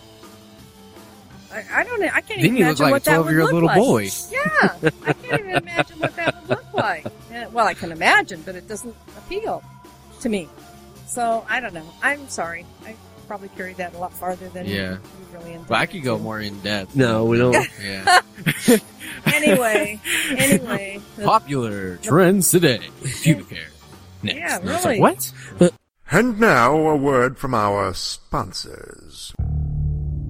E: I, I don't. know. I can't
F: Then
E: even
F: you look
E: imagine
F: like a
E: what that would
F: 12-year-old
E: look
F: little
E: like.
F: boy.
E: Yeah, I can't even imagine what that would look like. And- Well, I can imagine, but it doesn't appeal to me. So I don't know. I'm sorry. I probably carried that a lot farther than
F: Yeah.
E: you really intended.
F: But I could go
E: to.
F: more in depth.
D: No, we don't.
F: Yeah.
E: Anyway, anyway. the-
F: Popular trends today: pubic hair. Next.
E: Yeah,
F: And it's
E: really.
F: Like, what?
H: And now a word from our sponsors.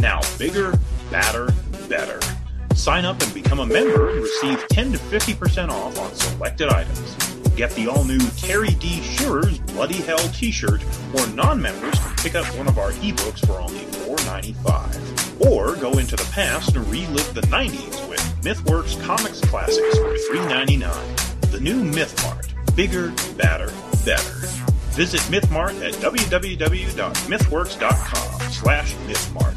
A: Now bigger, badder, better. Sign up and become a member and receive 10 to 50% off on selected items. Get the all new Terry D. Shearer's Bloody Hell t shirt, or non members can pick up one of our ebooks for only $4.95. Or go into the past and relive the 90s with MythWorks Comics Classics for $3.99. The new MythMart bigger, badder, better. Visit MythMart at www.mythworks.com slash MythMart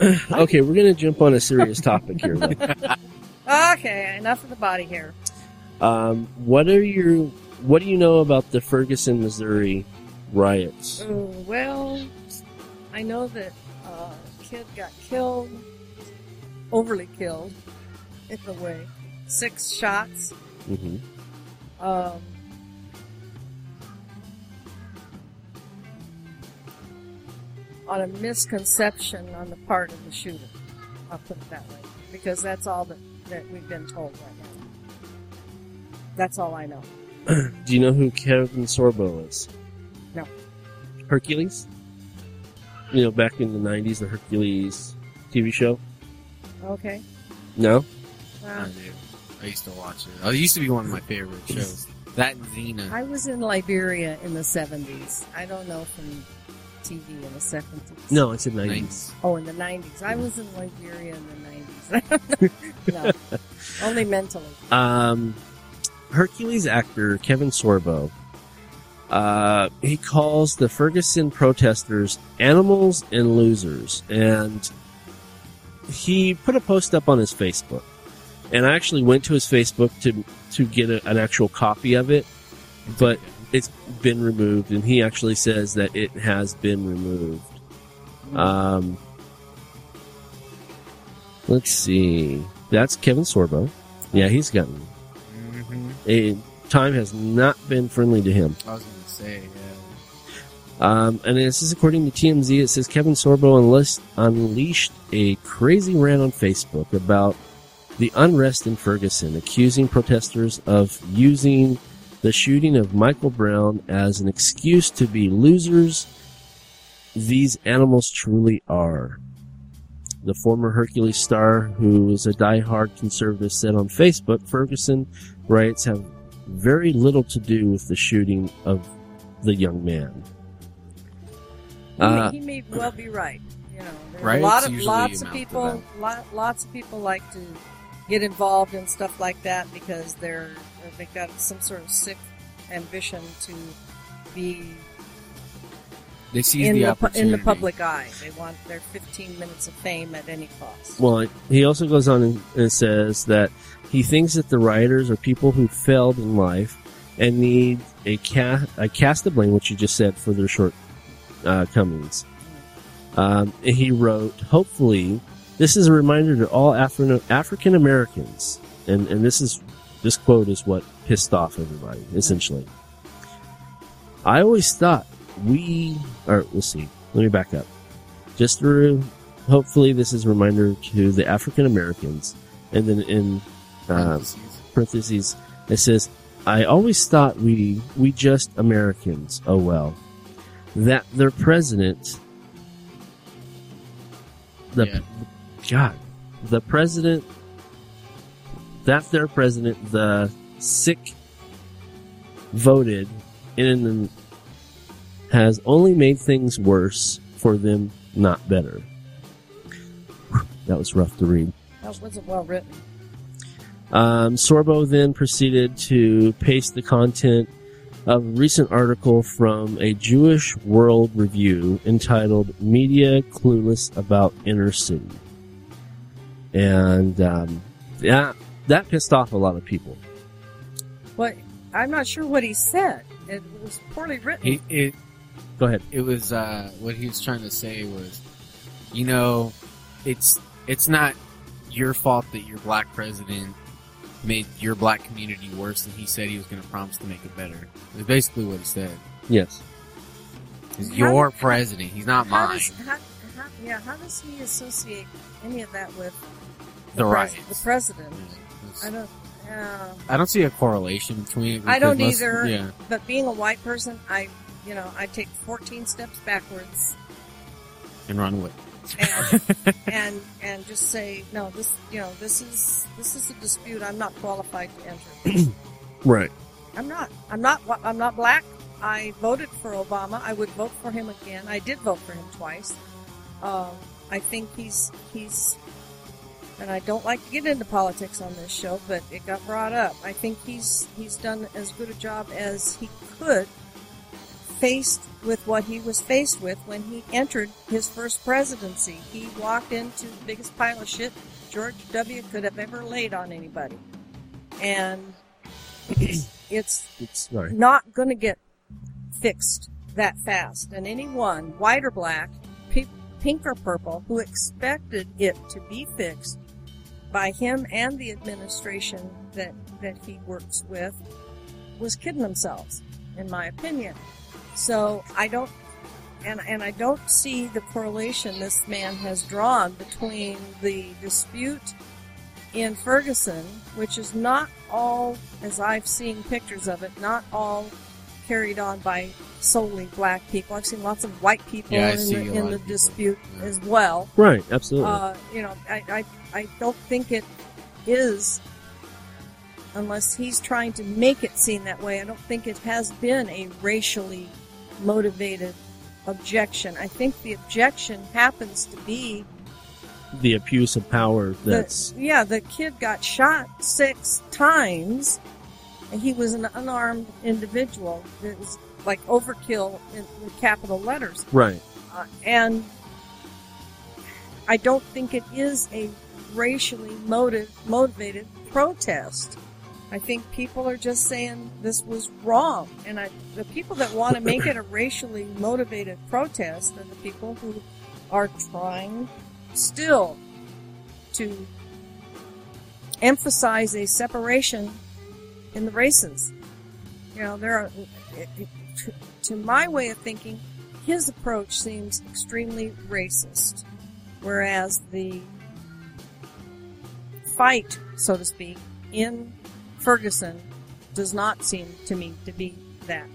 D: Okay, we're going to jump on a serious topic here. Though.
E: Okay, enough of the body hair.
D: Um, what are your What do you know about the Ferguson, Missouri riots?
E: Oh, well, I know that uh, a kid got killed, overly killed, in a way. Six shots. Mm-hmm.
D: hmm
E: Um, on a misconception on the part of the shooter. I'll put it that way. Because that's all that, that we've been told right now. That's all I know.
D: Do you know who Kevin Sorbo is?
E: No.
D: Hercules. You know, back in the '90s, the Hercules TV show.
E: Okay?
D: No,
E: Well,
F: I do. I used to watch it. Oh, It used to be one of my favorite shows. That and Xena.
E: I was in Liberia in the 70s. I don't know from TV in the 70s.
D: no, it's in the '90s.
F: Nice.
E: Oh, in the 90s. I was in Liberia in the 90s. no, only mentally.
D: um, Hercules actor Kevin Sorbo. Uh, he calls the Ferguson protesters animals and losers, and he put a post up on his Facebook. And I actually went to his Facebook to to get a, an actual copy of it, but it's been removed, and he actually says that it has been removed. Um, let's see. That's Kevin Sorbo. Yeah, he's gotten
F: Mm-hmm.
D: eh, time has not been friendly to him.
F: I was going to say, yeah.
D: Um, and this is according to TMZ. It says Kevin Sorbo unleashed, unleashed a crazy rant on Facebook about the unrest in Ferguson, accusing protesters of using the shooting of Michael Brown as an excuse to be losers. These animals truly are. The former Hercules star, who is a diehard conservative, said on Facebook, Ferguson riots have very little to do with the shooting of the young man.
E: He may-
D: Uh,
E: he may well be right. You know, there's
F: Right,
E: a lot
F: it's
E: of
F: usually
E: lots of
F: amount to
E: people, lot, lots of people like to get involved in stuff like that because they're they've got some sort of sick ambition to be
F: They seized
E: in
F: the,
E: the, pu-
F: opportunity.
E: in the public eye. They want their 15 minutes of fame at any cost.
D: Well, he also goes on and- and says that he thinks that the rioters are people who failed in life and need a, ca- a cast of blame, which you just said, for their shortcomings. um, and he wrote, hopefully, this is a reminder to all Afri- African Americans, and, and this is this quote is what pissed off everybody, essentially. I always thought we, or let's see, let me back up. Just through hopefully this is a reminder to the African Americans. And then in uh, parentheses, it says, I always thought we, we just Americans, oh well, that their president, the,
F: Yeah.
D: God, the president, that their president, the sick voted in an, has only made things worse for them, not better. That was rough to read.
E: That wasn't well written.
D: Um, Sorbo then proceeded to paste the content of a recent article from a Jewish World Review entitled "Media Clueless About Inner City," and um, yeah, that pissed off a lot of people.
E: What I'm not sure what he said. It was poorly written.
F: He, it,
D: Go ahead.
F: it was uh, what he was trying to say was, you know, it's it's not your fault that your black president made your black community worse than he said he was going to promise to make it better. Is basically what he said.
D: Yes,
F: He's
E: How-
F: your president. He's not
E: how
F: mine.
E: does, how, how, yeah, how does he associate any of that with
F: The
E: pres-
F: riots.
E: The president.
F: Yeah, it's-
E: I don't. Uh,
F: I don't see a correlation between it.
E: I don't
F: because most-
E: either.
F: Yeah.
E: but being a white person, I, you know, I take 14 steps backwards
F: And run with.
E: and and and just say, no, this, you know, this is this is a dispute I'm not qualified to enter.
D: right.
E: I'm not. I'm not. wh- I'm not black. I voted for Obama. I would vote for him again. I did vote for him twice. Um, I think he's he's, and I don't like to get into politics on this show, but it got brought up. I think he's he's done as good a job as he could faced with what he was faced with when he entered his first presidency. He walked into the biggest pile of shit George W. could have ever laid on anybody. And it's
D: It's, sorry.
E: not going to get fixed that fast. And anyone, white or black, pe- pink or purple, who expected it to be fixed by him and the administration that, that he works with was kidding themselves, in my opinion. So I don't, and, and I don't see the correlation this man has drawn between the dispute in Ferguson, which is not all, as I've seen pictures of it, not all carried on by solely black people. I've seen lots of white people
F: Yeah, I
E: in
F: see
E: the,
F: a
E: in
F: lot
E: the
F: of people,
E: dispute
F: yeah.
E: as well.
D: Right, absolutely.
E: Uh, you know, I, I, I don't think it is, unless he's trying to make it seem that way, I don't think it has been a racially motivated objection. I think the objection happens to be
D: the abuse of power
E: the-
D: that's
E: yeah, the kid got shot six times, and he was an unarmed individual. It was like overkill in, in capital letters,
D: right.
E: uh, and I don't think it is a racially motive, motivated protest. I think people are just saying this was wrong, and I, the people that want to make it a racially motivated protest are the people who are trying still to emphasize a separation in the races. You know, there are, it- it- to, to my way of thinking, his approach seems extremely racist, whereas the fight, so to speak, in Ferguson does not seem to me to be that.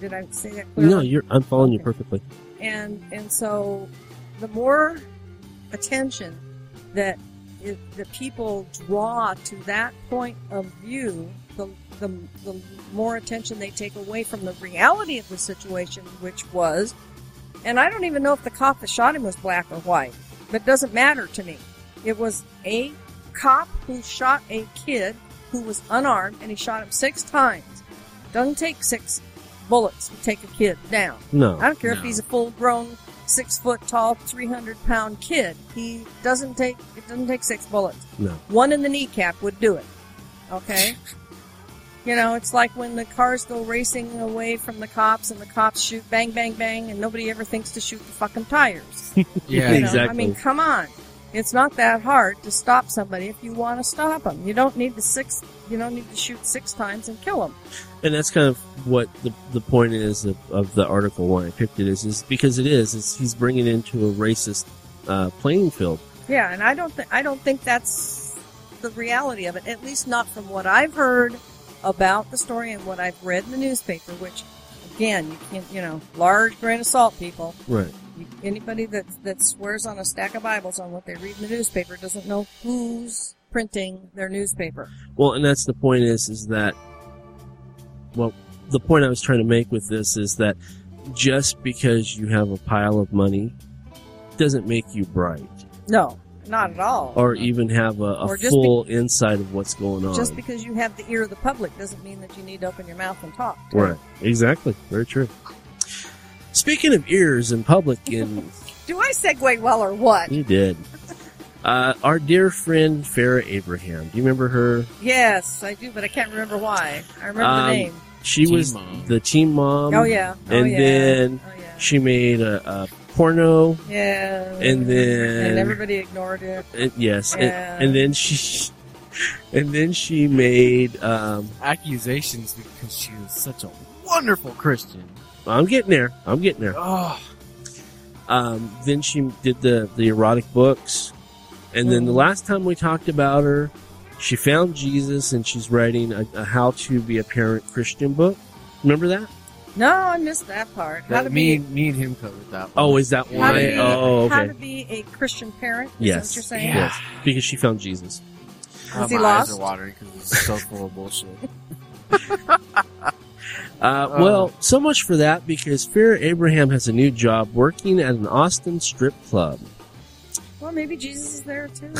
E: Did I say that clearly?
D: No, you're. I'm following you
E: Okay.
D: perfectly.
E: and and so the more attention that it, the people draw to that point of view, the, the the more attention they take away from the reality of the situation, which was, and I don't even know if the cop that shot him was black or white, but it doesn't matter to me. It was a cop who shot a kid who was unarmed, and he shot him six times. Doesn't take six bullets to take a kid down. I
D: Oh, No,
E: don't care if
F: No.
E: he's a full grown, six foot tall, 300 pound kid. He doesn't take, it doesn't take six bullets.
D: no.
E: One in the kneecap would do it. Okay? you know, it's like when the cars go racing away from the cops and the cops shoot bang, bang, bang, and nobody ever thinks to shoot the fucking tires. You
F: Yeah,
E: know? I
D: Exactly.
E: mean, come on. It's not that hard to stop somebody if you want to stop them. You don't need to six, you don't need to shoot six times and kill them.
D: And that's kind of what the the point is of, of the article. Why I picked it is is because it is. Is he's bringing it into a racist uh, playing field.
E: Yeah, and I don't think I don't think that's the reality of it. At least not from what I've heard about the story and what I've read in the newspaper. Which, again, you can you know, large grain of salt, people.
D: Right.
E: You- Anybody that that swears on a stack of Bibles on what they read in the newspaper doesn't know who's printing their newspaper.
D: Well, and that's the point is is that well, the point I was trying to make with this is that just because you have a pile of money doesn't make you bright
E: No, not at all.
D: or even have a, a
E: Or just
D: full insight of what's going on.
E: just because you have the ear of the public doesn't mean that you need to open your mouth and talk.
D: right. Exactly. Very true. Speaking of ears in public in
E: Do I segue well or what?
D: You did. Uh, our dear friend Farah Abraham. Do you remember her?
E: Yes, I do, but I can't remember why. I remember
D: Um,
E: the name.
D: She
F: Teen
D: was
F: Mom.
D: the teen mom.
E: oh yeah. Oh,
D: and
E: yeah.
D: then
E: oh, yeah.
D: She made a, a porno.
E: yeah.
D: and then-
E: and everybody ignored it.
D: And- uh, yes, and-
E: Yeah.
D: and, then she, and then she made. Um,
F: accusations because she was such a wonderful Christian.
D: I'm getting there. I'm getting there.
F: Oh,
D: Um, then she did the the erotic books, and
E: Mm.
D: then the last time we talked about her, she found Jesus, and she's writing a, a how to be a parent Christian book. Remember that?
E: No, I missed that part. How to
F: that, me,
E: be
F: me and him covered that. one.
D: Oh, is that
E: how to
D: why?
E: be,
D: Oh, okay.
E: how to be a Christian parent? Is
D: Yes.
E: That what you're saying?
D: Yes, because she found Jesus.
F: Oh,
E: Is he
F: my
E: lost?
F: eyes are watering because it's so full of bullshit.
D: Uh,
F: Oh.
D: Well, so much for that because Farrah Abraham has a new job working at an Austin strip club.
E: Well, maybe Jesus is there too.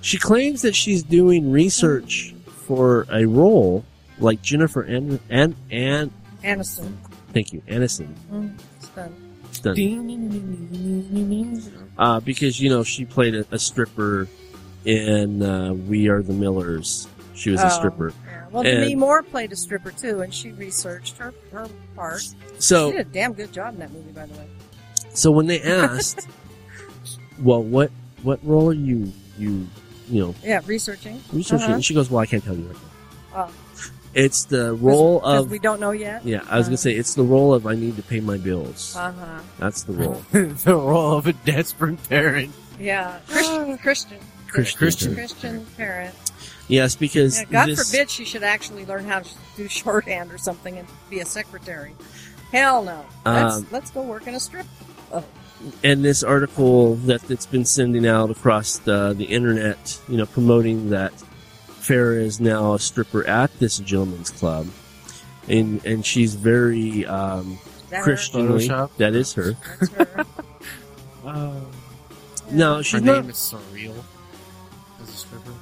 D: She claims that she's doing research for a role like Jennifer and and and
E: Aniston.
D: Thank you, Aniston.
E: Mm, it's fun.
D: Stunning. uh, because you know she played a, a stripper in uh, We Are the Millers. She was
E: Oh,
D: a stripper,
E: yeah. Well,
D: And-
E: Demi Moore played a stripper too, and she researched her, her part. She
D: so
E: did a damn good job in that movie, by the way.
D: so when they asked, "Well, what what role are you you you know
E: Yeah, researching.
D: researching?"
E: Uh-huh.
D: she goes, "Well, I can't tell you right now.
E: Oh.
D: It's the role
E: 'Cause
D: of
E: we don't know yet.
D: yeah. I was gonna say it's the role of I need to pay my bills.
E: Uh huh.
D: That's the role.
F: the role of a desperate parent.
E: Yeah, Christian. Christian.
D: Christian.
E: Christian. Christian parent.
D: Yes, because
E: Yeah, God
D: this-
E: forbid she should actually learn how to do shorthand or something and be a secretary. Hell no. Let's,
D: Um,
E: let's go work in a strip.
D: and this article that it's been sending out across the, the internet, you know, promoting that Farah is now a stripper at this gentleman's club, and and she's very um,
E: Is that her?
D: Christianly.
F: Photoshop?
D: That is her.
E: That's her. Um,
F: Uh,
D: No,
F: her
D: she's not.
F: name is Surreal. As a stripper.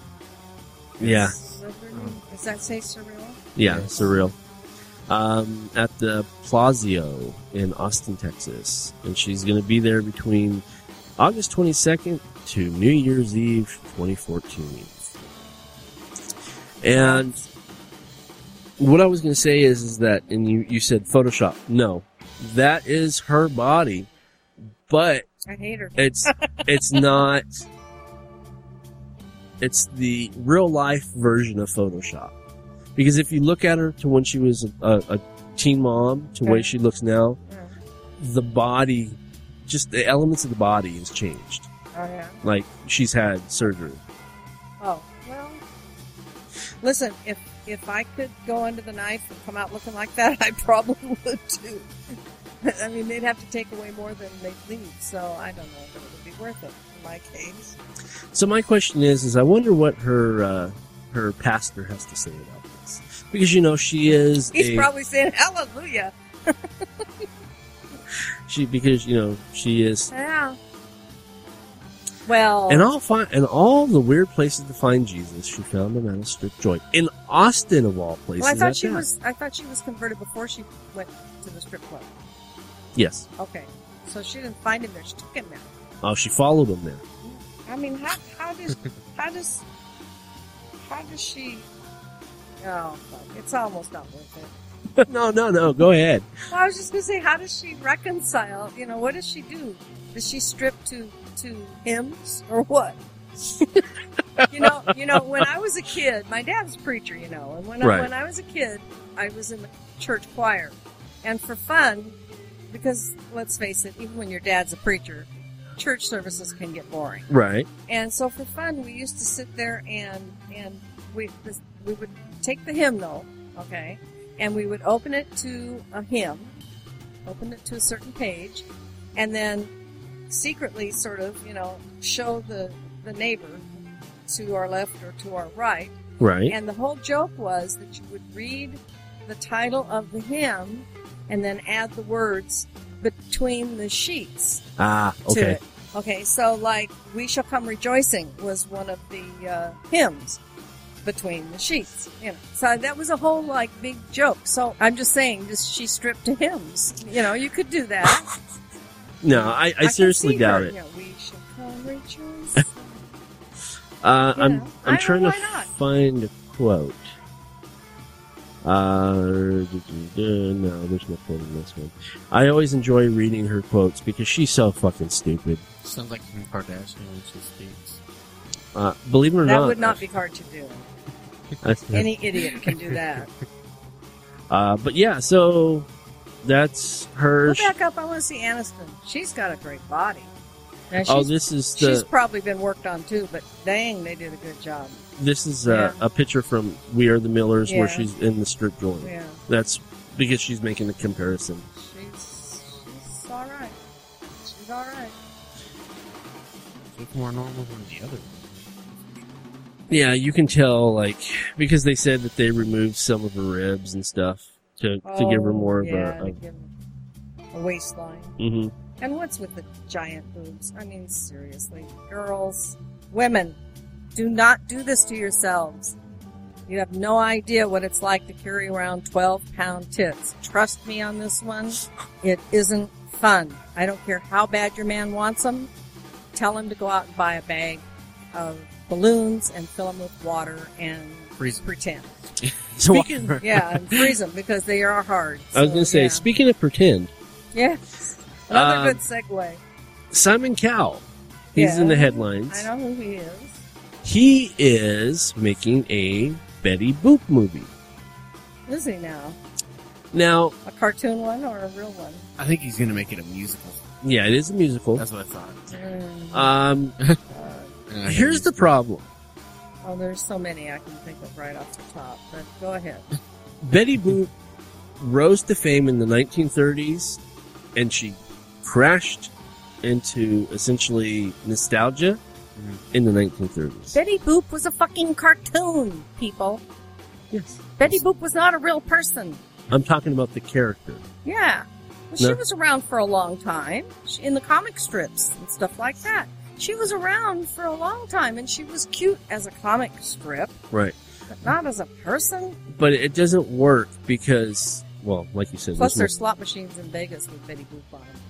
D: Yeah,
E: Is that her name? Does that say surreal?
D: yeah,
F: Yes.
D: surreal. Um, at the Plazio in Austin, Texas, and she's going to be there between August 22nd to New Year's Eve 2014. And what I was going to say is, is that, and you, you said Photoshop. No, that is her body, but
E: I hate her.
D: it's it's not. It's the real life version of Photoshop, because if you look at her to when she was a, a, a teen mom to the way
E: Okay.
D: she looks now,
E: Yeah.
D: the body, just the elements of the body has changed.
E: Oh, yeah.
D: Like she's had surgery.
E: Oh, well. Listen, if if I could go under the knife and come out looking like that, I probably would too. I mean, they'd have to take away more than they'd leave, so I don't know if it would be worth it in my case.
D: So my question is: is I wonder what her uh, her pastor has to say about this, because you know she is
E: He's
D: a
E: probably saying, Hallelujah.
D: she because you know she is
E: Yeah. Well,
D: And all find and all the weird places to find Jesus, she found him at a strip joint in Austin, of all places.
E: well, I
D: at
E: thought she
D: that.
E: was. I thought she was converted before she went to the strip club.
D: Yes.
E: Okay, so she didn't find him there. She took him there.
D: Oh, she followed him there.
E: I mean, how how does how does how does she? Oh, fuck. it's almost not worth it.
D: no, no, no. Go ahead.
E: Well, I was just gonna say, how does she reconcile? You know, what does she do? Does she strip to to hymns or what? you know, you know. When I was a kid, my dad's a preacher, you know, and when
D: Right.
E: I, when I was a kid, I was in the church choir, and for fun, because let's face it, even when your dad's a preacher, church services can get boring.
D: Right.
E: And so for fun, we used to sit there and and we this, we would take the hymnal, okay, and we would open it to a hymn, open it to a certain page, and then secretly, sort of, you know, show the the neighbor to our left or to our right.
D: Right.
E: And the whole joke was that you would read the title of the hymn and then add the words between the sheets
D: ah.
E: to
D: Okay.
E: it. Okay, so like "We Shall Come Rejoicing" was one of the uh, hymns between the sheets. You know, so that was a whole like big joke. So I'm just saying, just she stripped to hymns. You know, you could do that.
D: No, I, I,
E: can
D: seriously
E: see
D: doubt
E: her,
D: it.
E: you know, we shall come rejoicing.
D: Uh,
E: Yeah.
D: I'm
E: I
D: I'm
E: don't
D: trying
E: know
D: to
E: why not.
D: find a quote. Uh, duh, duh, duh, no, there's no quote in this one. I always enjoy reading her quotes because she's so fucking stupid.
F: Sounds like Kim Kardashian when she speaks.
D: Uh, believe it or
E: that
D: not,
E: would not be hard to do.
D: that's-
E: Any idiot can do that.
D: Uh, but yeah, so that's her.
E: Go back up. I want to see Aniston. She's got a great body. Now, she's,
D: oh, this is
E: she's
D: the
E: probably been worked on too, but dang, they did a good job.
D: this is a,
E: Yeah.
D: a picture from We Are the Millers
E: Yeah.
D: where she's in the strip joint.
E: Yeah.
D: That's because she's making the comparison.
E: She's she's all right. She's all right.
F: It's more normal than the other one.
D: Yeah, you can tell like because they said that they removed some of her ribs and stuff to to give her more
E: Oh, yeah,
D: of a.
E: to give her a waistline.
D: hmm
E: And what's with the giant boobs? I mean, seriously, girls, women, do not do this to yourselves. You have no idea what it's like to carry around 12 pound tits. Trust me on this one. It isn't fun. I don't care how bad your man wants them. Tell him to go out and buy a bag of balloons and fill them with water and
F: Freeze.
E: pretend.
D: So
E: Yeah, and freeze them because they are hard.
D: I was
E: So,
D: going to say,
E: yeah.
D: speaking of pretend,
E: Yes. Another
D: Um,
E: good segue.
D: Simon Cowell, he's
E: Yeah.
D: in the headlines.
E: I know who he is.
D: He is making a Betty Boop movie.
E: Is he now?
D: Now,
E: A cartoon one or a real one?
F: I think he's gonna make it a musical.
D: yeah, it is a musical.
F: That's what I thought.
E: Mm,
D: Um,
E: uh,
F: Uh,
D: here's the problem.
E: oh, there's so many I can think of right off the top, but go ahead.
D: Betty Boop rose to fame in the 1930s, and she crashed into essentially nostalgia in the 1930s.
E: Betty Boop was a fucking cartoon, people.
D: Yes.
E: Betty Boop was not a real person.
D: I'm talking about the character.
E: Yeah. Well,
D: No.
E: She was around for a long time she, in the comic strips and stuff like that. She was around for a long time and she was cute as a comic strip,
D: Right.
E: but not as a person.
D: But it doesn't work because, well, like you said,
E: Plus,
D: this
E: there's slot machines in Vegas with Betty Boop on them.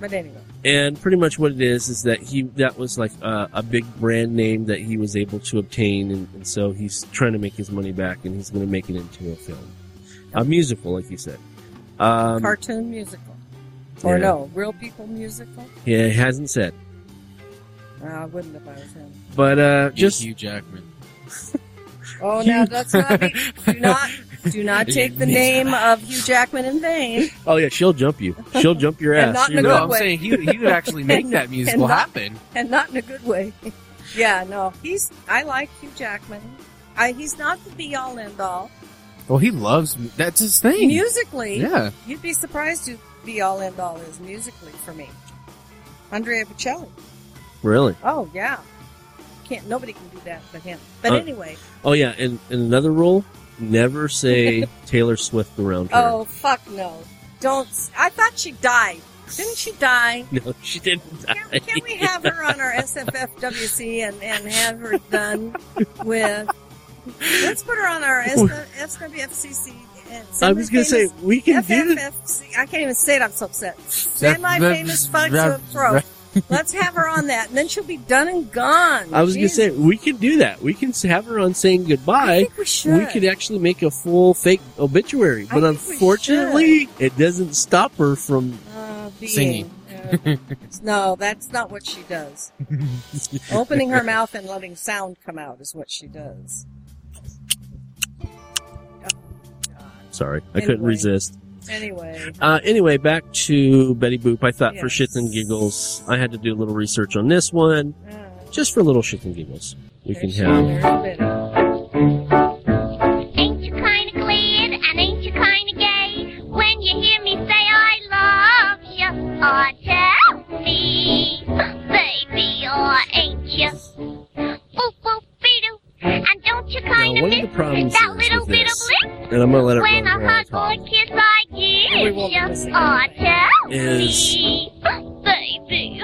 E: But anyway,
D: and pretty much what it is is that he that was like a, a big brand name that he was able to obtain and, and so he's trying to make his money back and he's going to make it into a film a musical like you said um,
E: cartoon musical. Or
D: yeah.
E: no, real people musical?
D: yeah he hasn't said
E: Uh, I wouldn't if I was him.
D: but uh, just
F: Hugh Jackman.
E: Oh,
F: Hugh-
E: now that's not me. Do not, do not take the name of Hugh Jackman in vain.
D: oh yeah she'll jump you she'll jump your
E: And
D: ass
E: not in
D: you
E: a
D: know.
E: good
F: No, I'm
E: way.
F: saying he he would actually make that musical
E: and not-
F: happen.
E: and not in a good way. yeah, no, he's. I like Hugh Jackman. I, he's not the be all end all.
F: Well, he loves mu- that's his thing.
E: Musically,
F: Yeah,
E: you'd be surprised who be all end all is musically for me. Andrea Bocelli.
D: really
E: Oh yeah, can't nobody can do that but him. But
D: Uh,
E: anyway,
D: oh yeah and, and another rule never say taylor swift around her
E: oh fuck no, don't. s- I thought she died. Didn't she die?
D: no she didn't die.
E: Can, can we have her on our SFFWC and, and have her done with? Let's put her on our SWFCC.
D: i was going to say we can do this
E: FFFC. I can't even say it. I'm so upset. Semi-famous fuck to a pro. Let's have her on that, and then she'll be done and gone.
D: I was going to
E: Jeez.
D: say, we can do that. We can s- have her on saying
E: I
D: goodbye.
E: think we should.
D: We could actually make a full fake obituary.
E: I
D: But
E: think we
D: unfortunately, it doesn't stop her from.
E: uh, being,
F: Singing.
E: uh, no, that's not what she does. Opening her mouth and letting sound come out is what she does. Oh, God.
D: Sorry, I couldn't
E: Anyway.
D: resist.
E: Anyway,
D: Uh, anyway, back to Betty Boop. I thought for
E: Yes.
D: shits and giggles, I had to do a little research on this one.
E: uh,
D: Just for little shits and giggles. We
E: there
D: can
E: she-
D: have.
E: there's Betty.
I: Ain't you kinda glad and ain't you kinda gay when you hear me say I love you? Or tell me, baby, or ain't you? Boop boop be doo. And don't you kinda
D: one of the
I: miss
D: problems
I: that
D: is
I: little
D: with
I: bit of
D: this,
I: lip
D: And I'm going to let it
I: when
D: run
I: a
D: around.
I: hug
D: the
I: or
D: top.
I: kiss I give
E: won't
I: you?
E: be missing
I: Or tell
D: Is-
I: me, baby,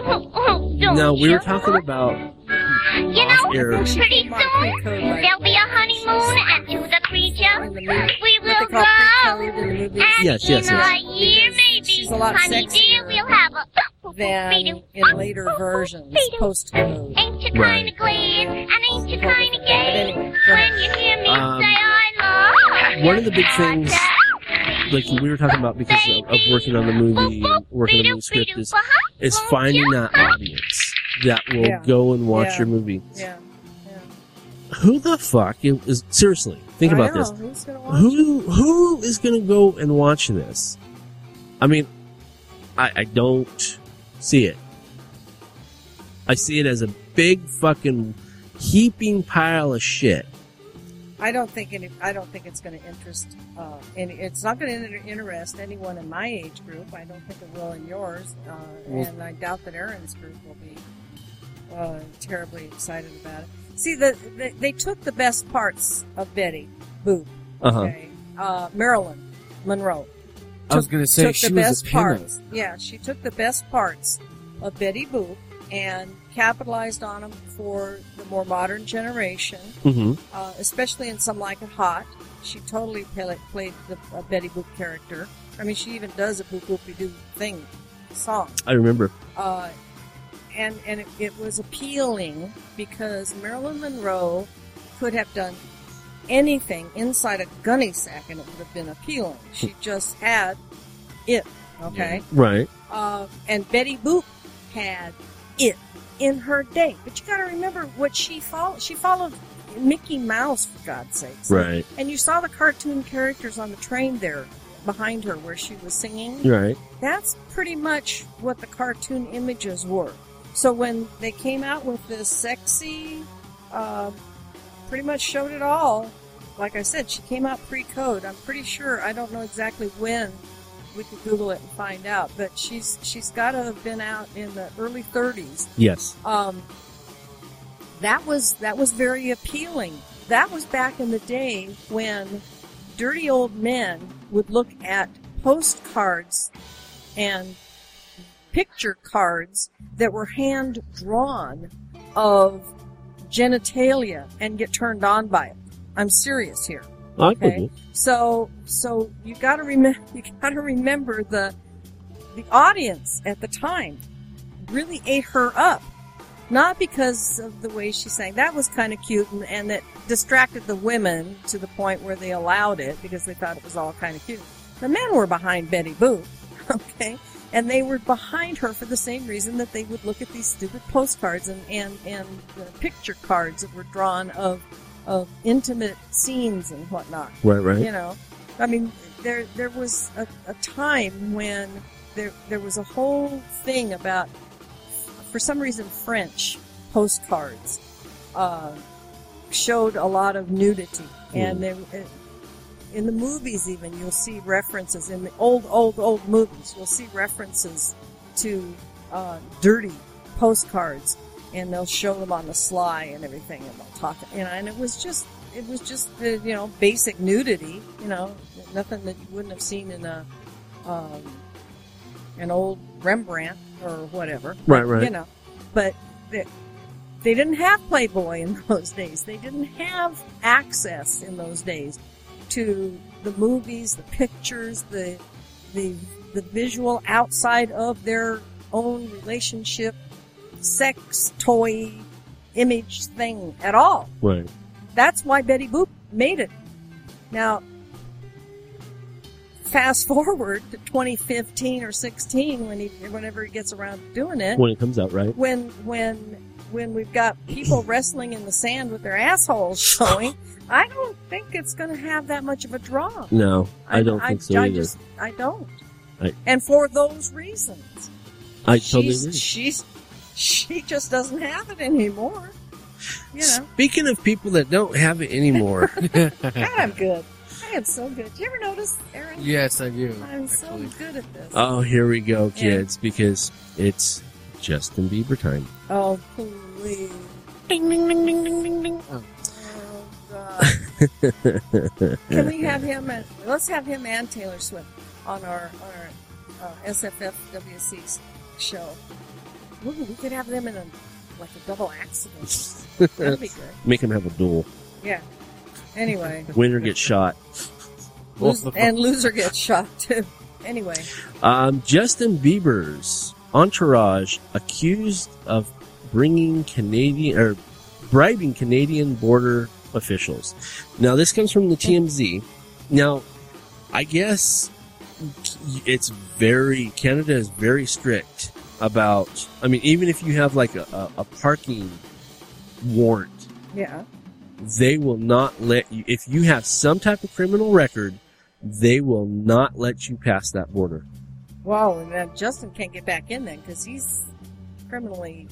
I: don't
D: Now, we
I: you?
D: were talking about.
I: You know,
D: Air.
I: pretty
E: Mark
I: soon
E: Code by
I: there'll be a honeymoon, and to the
E: in the
I: creature
E: movie.
I: we
E: What they
I: will
E: call pre-colored
I: grow.
E: in the movies.
I: And
D: Yes, yes,
I: in
D: yes.
I: a year, maybe,
E: she's a lot
I: honey dear,
E: sexier
I: we'll have a
E: than in later versions, post-code.
I: Ain't you
D: Right.
I: kind of glad, and ain't you
E: Totally
I: kind of
E: different.
I: gay
E: But anyway, go ahead.
I: when you hear me
D: Um,
I: say I love
D: One of the big
I: you?
D: things, like we were talking about because of, of working on the movie and working on the new script, is is finding that audience that will
E: Yeah.
D: go and watch
E: Yeah.
D: your movie.
E: Yeah.
D: Who the fuck is, is- seriously? Think
E: I
D: about
E: know.
D: this.
E: Who's gonna watch it?
D: Who who is going to go and watch this? I mean, I, I don't see it. I see it as a big fucking heaping pile of shit.
E: I don't think any. I don't think it's going to interest. Uh, any, it's not going to inter- interest anyone in my age group. I don't think it will in yours, uh,
D: Well-
E: and I doubt that Aaron's group will be uh, terribly excited about it. See, the, the, they took the best parts of Betty Boop.
D: Uh huh.
E: Okay, uh, Marilyn Monroe
F: Uh-huh. I was gonna say
E: took
F: she
E: the
F: was
E: best
F: a pinhead.
E: parts. Yeah, she took the best parts of Betty Boop and capitalized on them for the more modern generation,
D: hmm
E: uh, especially in Some Like It Hot. She totally pla- played the uh, Betty Boop character. I mean, she even does a boop boopy doo thing song.
D: I remember.
E: Uh, and and it, it was appealing because Marilyn Monroe could have done anything inside a gunny sack and it would have been appealing. She just had it, okay?
D: Right.
E: Uh, and Betty Boop had it in her day. But you got to remember what she followed. She followed Mickey Mouse, for God's sakes.
D: Right.
E: And you saw the cartoon characters on the train there behind her where she was singing
D: Right.
E: that's pretty much what the cartoon images were. So when they came out with this sexy, uh, pretty much showed it all. Like I said, she came out pre-code. I'm pretty sure. I don't know exactly when. We could Google it and find out. But she's she's got to have been out in the early 30s
D: Yes.
E: um, that was that was very appealing. That was back in the day when dirty old men would look at postcards and picture cards that were hand drawn of genitalia and get turned on by it. I'm serious here.
D: I believe
E: Okay.
D: you.
E: So so you got to remember you got to remember the the audience at the time really ate her up. Not because of the way she sang. That was kind of cute and, and that distracted the women to the point where they allowed it because they thought it was all kind of cute. The men were behind Betty Boop, okay? And they were behind her for the same reason that they would look at these stupid postcards and, and, and the picture cards that were drawn of, of intimate scenes and whatnot
D: Right. Right.
E: you know i mean there there was a, a time when there there was a whole thing about for some reason french postcards uh, showed a lot of nudity and they in the movies even you'll see references in the old old old movies you'll see references to uh, dirty postcards and they'll show them on the sly and everything and they'll talk and, and it was just it was just the you know basic nudity you know nothing that you wouldn't have seen in a um, an old Rembrandt or whatever
D: Right. Right.
E: you know but they, they didn't have playboy in those days they didn't have access in those days to the movies the pictures the the the visual outside of their own relationship sex toy image thing at all
D: Right.
E: that's why Betty Boop made it. Now, fast forward to 2015 or 16 when he, whenever he gets around to doing it,
D: When it comes out, right?
E: when when when we've got people wrestling in the sand with their assholes showing, I don't think it's going to have that much of a draw.
D: No, I, don't think so
E: I
D: either.
E: just I don't.
D: I-
E: and for those reasons,
D: I totally
E: she's,
D: agree.
E: she's she just doesn't have it anymore. You know.
D: Speaking of people that don't have it anymore,
E: God, I'm good. I am so good. Do you ever notice, Aaron?
F: yes, I do.
E: I'm so
F: actually.
E: good at this.
D: oh, here we go,
E: Yeah.
D: kids, because it's Justin Bieber time.
E: oh, please.
F: Ding, ding, ding, ding, ding, ding, ding. Oh,
E: Oh, God. Can we have him? And, let's have him and Taylor Swift on our, our uh, SFFWC show. Ooh, we could have them in a like a double accident. That'd be good.
D: Make him have a duel.
E: Anyway,
D: Winner gets shot.
E: lose, and loser gets shot too. Anyway,
D: Um, Justin Bieber's entourage accused of bringing Canadian or bribing Canadian border officials. Now, this comes from the TMZ. Now, I guess it's very Canada is very strict about. I mean, even if you have like a, a, a parking warrant
E: yeah.
D: they will not let you if you have some type of criminal record they will not let you pass that border
E: Wow, and then Justin can't get back in then because he's criminally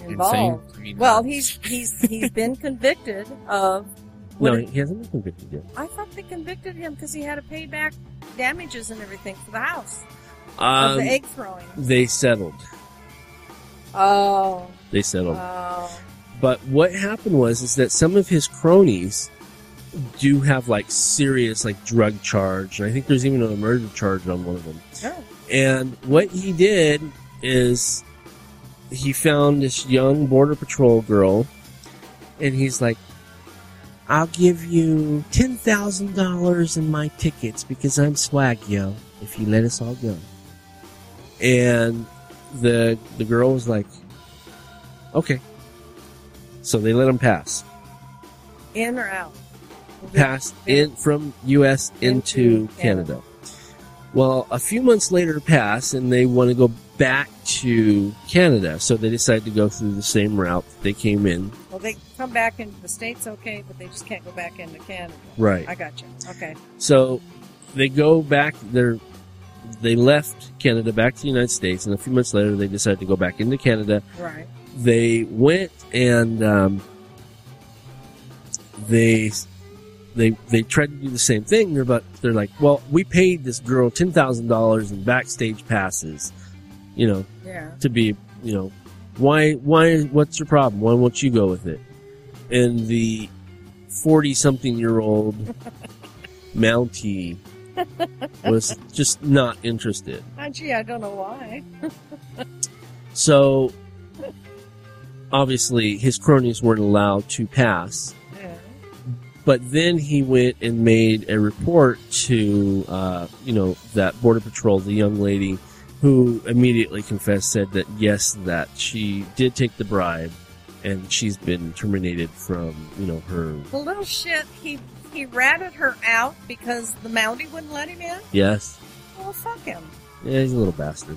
F: Insane.
E: involved.
F: I mean, uh,
E: Well, he's he's he's been convicted of. what
D: no
E: did-
D: he hasn't been convicted yet
E: I thought they convicted him because he had to pay back damages and everything for the house of
D: um,
E: the egg throwing.
D: they settled
E: Oh,
D: they settled
E: oh,
D: but what happened was is that some of his cronies do have like serious like drug charge and i think there's even a murder charge on one of them
E: no.
D: And what he did is he found this young border patrol girl, and he's like, "I'll give you ten thousand dollars in my tickets because I'm swag, yo. If you let us all go." And the the girl was like, "Okay." So they let him pass,
E: in or out? We'll be-
D: passed in from U.S. into
E: Into
D: Canada. Well, a few months later pass, and they want to go back to Canada, so they decide to go through the same route that they came in.
E: Well, they come back into the states, okay, but they just can't go back into Canada.
D: Right.
E: I got you. Okay.
D: So they go back. They're they left Canada back to the United States, and a few months later they decided to go back into Canada.
E: Right.
D: They went and um, they they they tried to do the same thing. They're but they're like, well, we paid this girl ten thousand dollars in backstage passes, you know,
E: Yeah.
D: to be, you know, why, why, what's your problem? Why won't you go with it? And the 40 something year old Mountie was just not interested.
E: Ah, gee, I don't know why.
D: So, obviously, his cronies weren't allowed to pass.
E: Yeah.
D: But then he went and made a report to, uh, you know, that Border Patrol, the young lady who immediately confessed, said that yes, that she did take the bribe and she's been terminated from, you know, her.
E: The little shit, he he ratted her out because the Mountie wouldn't let him in.
D: Yes.
E: Well, fuck him.
D: Yeah, he's a little bastard.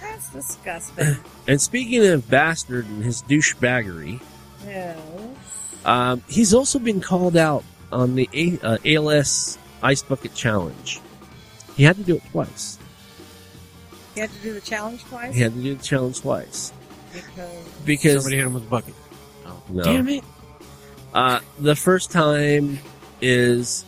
E: That's disgusting.
D: And speaking of bastard and his douchebaggery,
E: no.
D: um, he's also been called out on the A- uh, ALS Ice Bucket Challenge. He had to do it twice.
E: He had to do the challenge twice
D: He had to do the challenge twice.
E: because
D: Because
F: Somebody hit him with a bucket. Oh.
D: No.
F: Damn it!
D: Uh, the first time is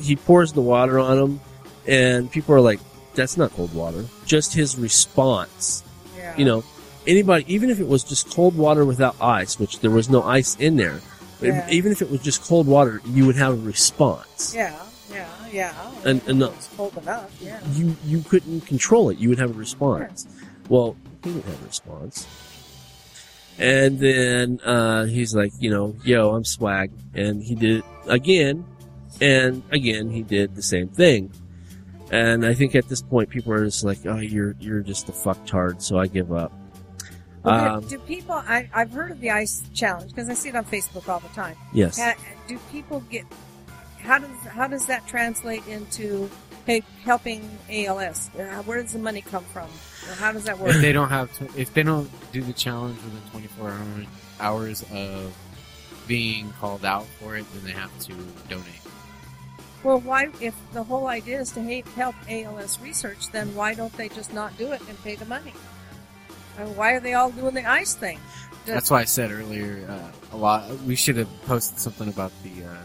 D: he pours the water on him, and people are like, "That's not cold water." Just his response,
E: yeah.
D: you know. Anybody, even if it was just cold water without ice, which there was no ice in there, but
E: Yeah.
D: even if it was just cold water, you would have a response.
E: Yeah, yeah, yeah.
D: And- and the-
E: it's cold enough. Yeah.
D: You you couldn't control it. You would have a response. Well, he didn't have a response. And then uh, he's like, you know, yo, I'm swag. And he did it again. And again, he did the same thing. And I think at this point, people are just like, oh, you're you're just a fucktard, so I give up.
F: Uh,
E: Well,
D: Um,
E: do, do people? I, I've heard of the ice challenge because I see it on Facebook all the time.
D: yes.
E: Ha, do people get? How does how does that translate into hey helping ALS? Uh, Where does the money come from? Or how does that work?
F: If they don't have, tw if they don't do the challenge within 24 hour- hours of being called out for it, then they have to donate.
E: well, why? If the whole idea is to help help ALS research, then why don't they just not do it and pay the money? And why are they all doing the ice thing? Does-
F: That's why I said earlier uh, a lot. We should have posted something about the uh,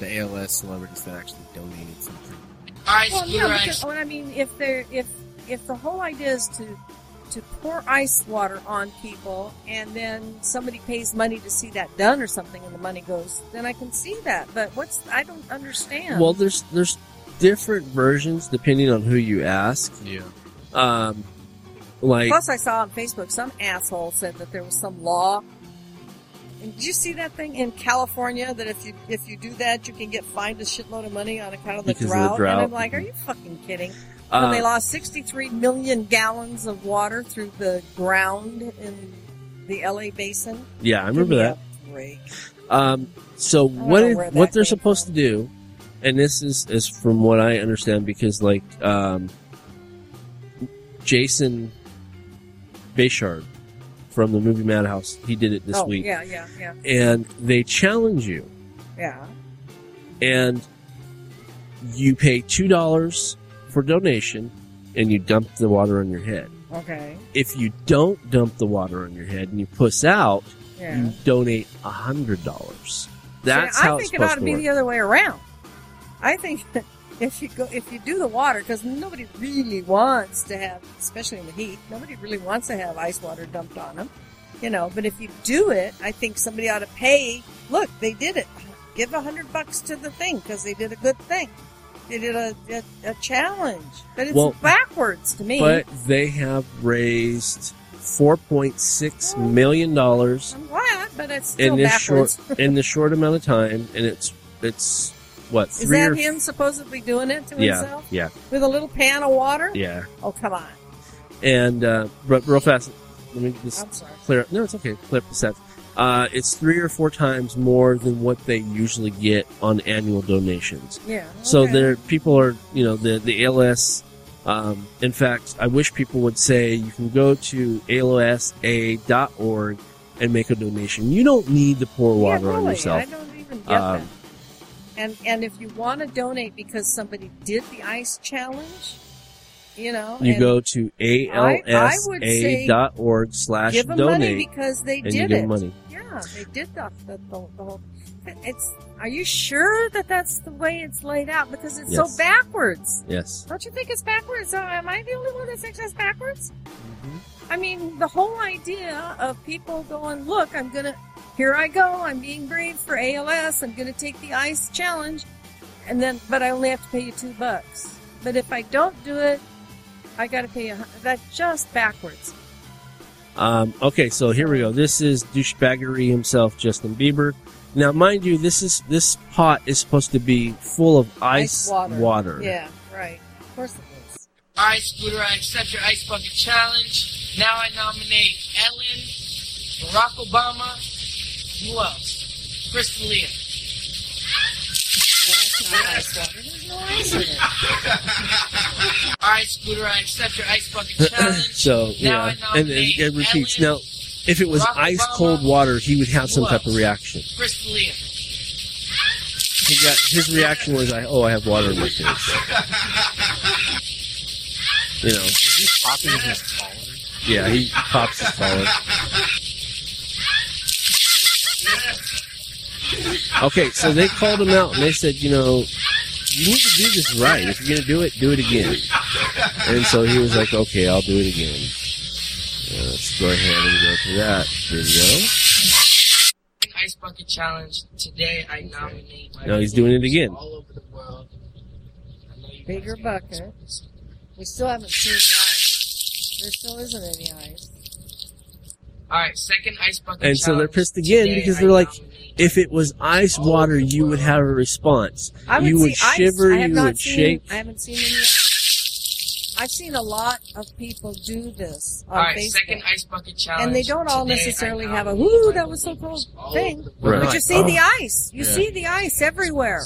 F: the ALS celebrities that actually donated something.
E: Well, no, because what I mean, if they're if if the whole idea is to to pour ice water on people, and then somebody pays money to see that done or something, and the money goes, then I can see that. But what's I don't understand.
D: Well, there's there's different versions depending on who you ask.
F: Yeah.
D: Um, like
E: plus I saw on Facebook some asshole said that there was some law. And did you see that thing in California that if you if you do that, you can get fined a shitload of money on account of the,
D: Because of the
E: drought?
D: drought.
E: And I'm like, are you fucking kidding?
D: uh,
E: when they lost 63 million gallons of water through the ground in the LA basin.
D: yeah, I remember that.
E: Break.
D: Um, so
E: don't
D: what
E: know
D: it-
E: where that
D: what they're
E: came
D: supposed
E: from.
D: to do, and this is is from what I understand because like um, Jason Bayshard from the movie Madhouse, he did it this
E: oh,
D: week,
E: yeah, yeah, yeah,
D: and they challenge you,
E: yeah.
D: and you pay two dollars for donation, and you dump the water on your head.
E: Okay,
D: If you don't dump the water on your head and you puss out,
E: yeah.
D: you donate a hundred dollars. That's
E: See,
D: how
E: I
D: it's
E: think it
D: supposed
E: ought to be
D: work.
E: the other way around. I think that if you go, if you do the water, because nobody really wants to have, especially in the heat, nobody really wants to have ice water dumped on them, you know. But if you do it, I think somebody ought to pay. Look, they did it. Give a hundred bucks to the thing because they did a good thing. They did a, a, a challenge, but it's
D: Well,
E: backwards to me.
D: But they have raised $4.6 million dollars
E: I'm glad, but it's still
D: in this
E: backwards.
D: short in this short amount of time, and it's it's what
E: Is
D: three
E: that
D: or
E: him supposedly doing it to
D: yeah
E: himself
D: yeah
E: with a little pan of water?
D: yeah
E: Oh, come on.
D: and uh, but real fast let me just
E: I'm sorry.
D: clear no it's okay clear up the stats. Uh, it's three or four times more than what they usually get on annual donations.
E: Yeah.
D: So
E: okay.
D: there, people are, you know, the the ALS. Um, in fact, I wish people would say you can go to alsa.org and make a donation. You don't need to pour
E: Yeah,
D: water on
E: really,
D: yourself.
E: I don't even get
D: Um,
E: that. And and if you want to donate because somebody did the ice challenge, you know,
D: You
E: and
D: go to
E: I- I would say
D: alsa.org slash
E: give them money
D: donate
E: because they
D: and
E: did
D: you
E: it.
D: give money.
E: Yeah, they did the, the, the, the whole. It's. Are you sure that that's the way it's laid out? Because it's
D: Yes.
E: so backwards.
D: Yes.
E: Don't you think it's backwards? Uh, am I the only one that thinks that's backwards? I mean, the whole idea of people going, look, I'm going to, here I go, I'm being brave for ALS, I'm going to take the ICE challenge, and then, but I only have to pay you two bucks. But if I don't do it, I got to pay you, a hun- that's just backwards.
D: Um, okay, so here we go. This is douchebaggery himself, Justin Bieber. Now, mind you, this is this pot is supposed to be full of ice,
E: water. Yeah, right. Of course it is.
J: All right, Scooter, I accept your ice bucket challenge. Now I nominate Ellen, Barack Obama, who else? Chris D'Elia. All right, Scooter, I accept your ice bucket challenge.
D: So
J: Now
D: yeah,
J: I
D: and, and it
J: nominate
D: repeats.
J: Ellen.
D: Now, if it was
J: Barack
D: ice
J: Obama.
D: cold water, he would have some type of reaction.
J: Chris D'Elia.
D: He got his reaction was, "I oh, I have water in my face." You know,
F: Is he popping his collar?
D: yeah, he pops his collar. Okay, so they called him out and they said, you know, you need to do this right. If you're gonna do it, do it again. And so he was like, okay, I'll do it again. Yeah, let's go ahead and go to that video.
J: Ice bucket challenge. Today I nominate. my
D: No, he's doing it again.
J: All over the world. I know you
E: Bigger
J: guys got
E: bucket.
J: this.
E: We still haven't seen the ice. There still isn't any ice.
J: All right, second ice bucket.
D: And so they're
J: challenge.
D: pissed again
J: Today
D: because
J: I
D: they're like,
J: nominate-
D: If it was ice water, you would have a response.
E: I would
D: You would
E: see ice.
D: shiver,
E: I have
D: you
E: not
D: would
E: seen,
D: shake.
E: I haven't seen any ice. I've seen a lot of people do this on
J: All right,
E: Facebook.
J: second ice bucket challenge.
E: and they don't all
J: Today I
E: necessarily have a
J: nominate
E: "whoo,
J: my
E: that was so cool"
J: leaders all
E: thing,
J: over the world.
E: but you
D: Right.
E: see
D: Oh.
E: the ice. You
F: Yeah.
E: see the ice everywhere.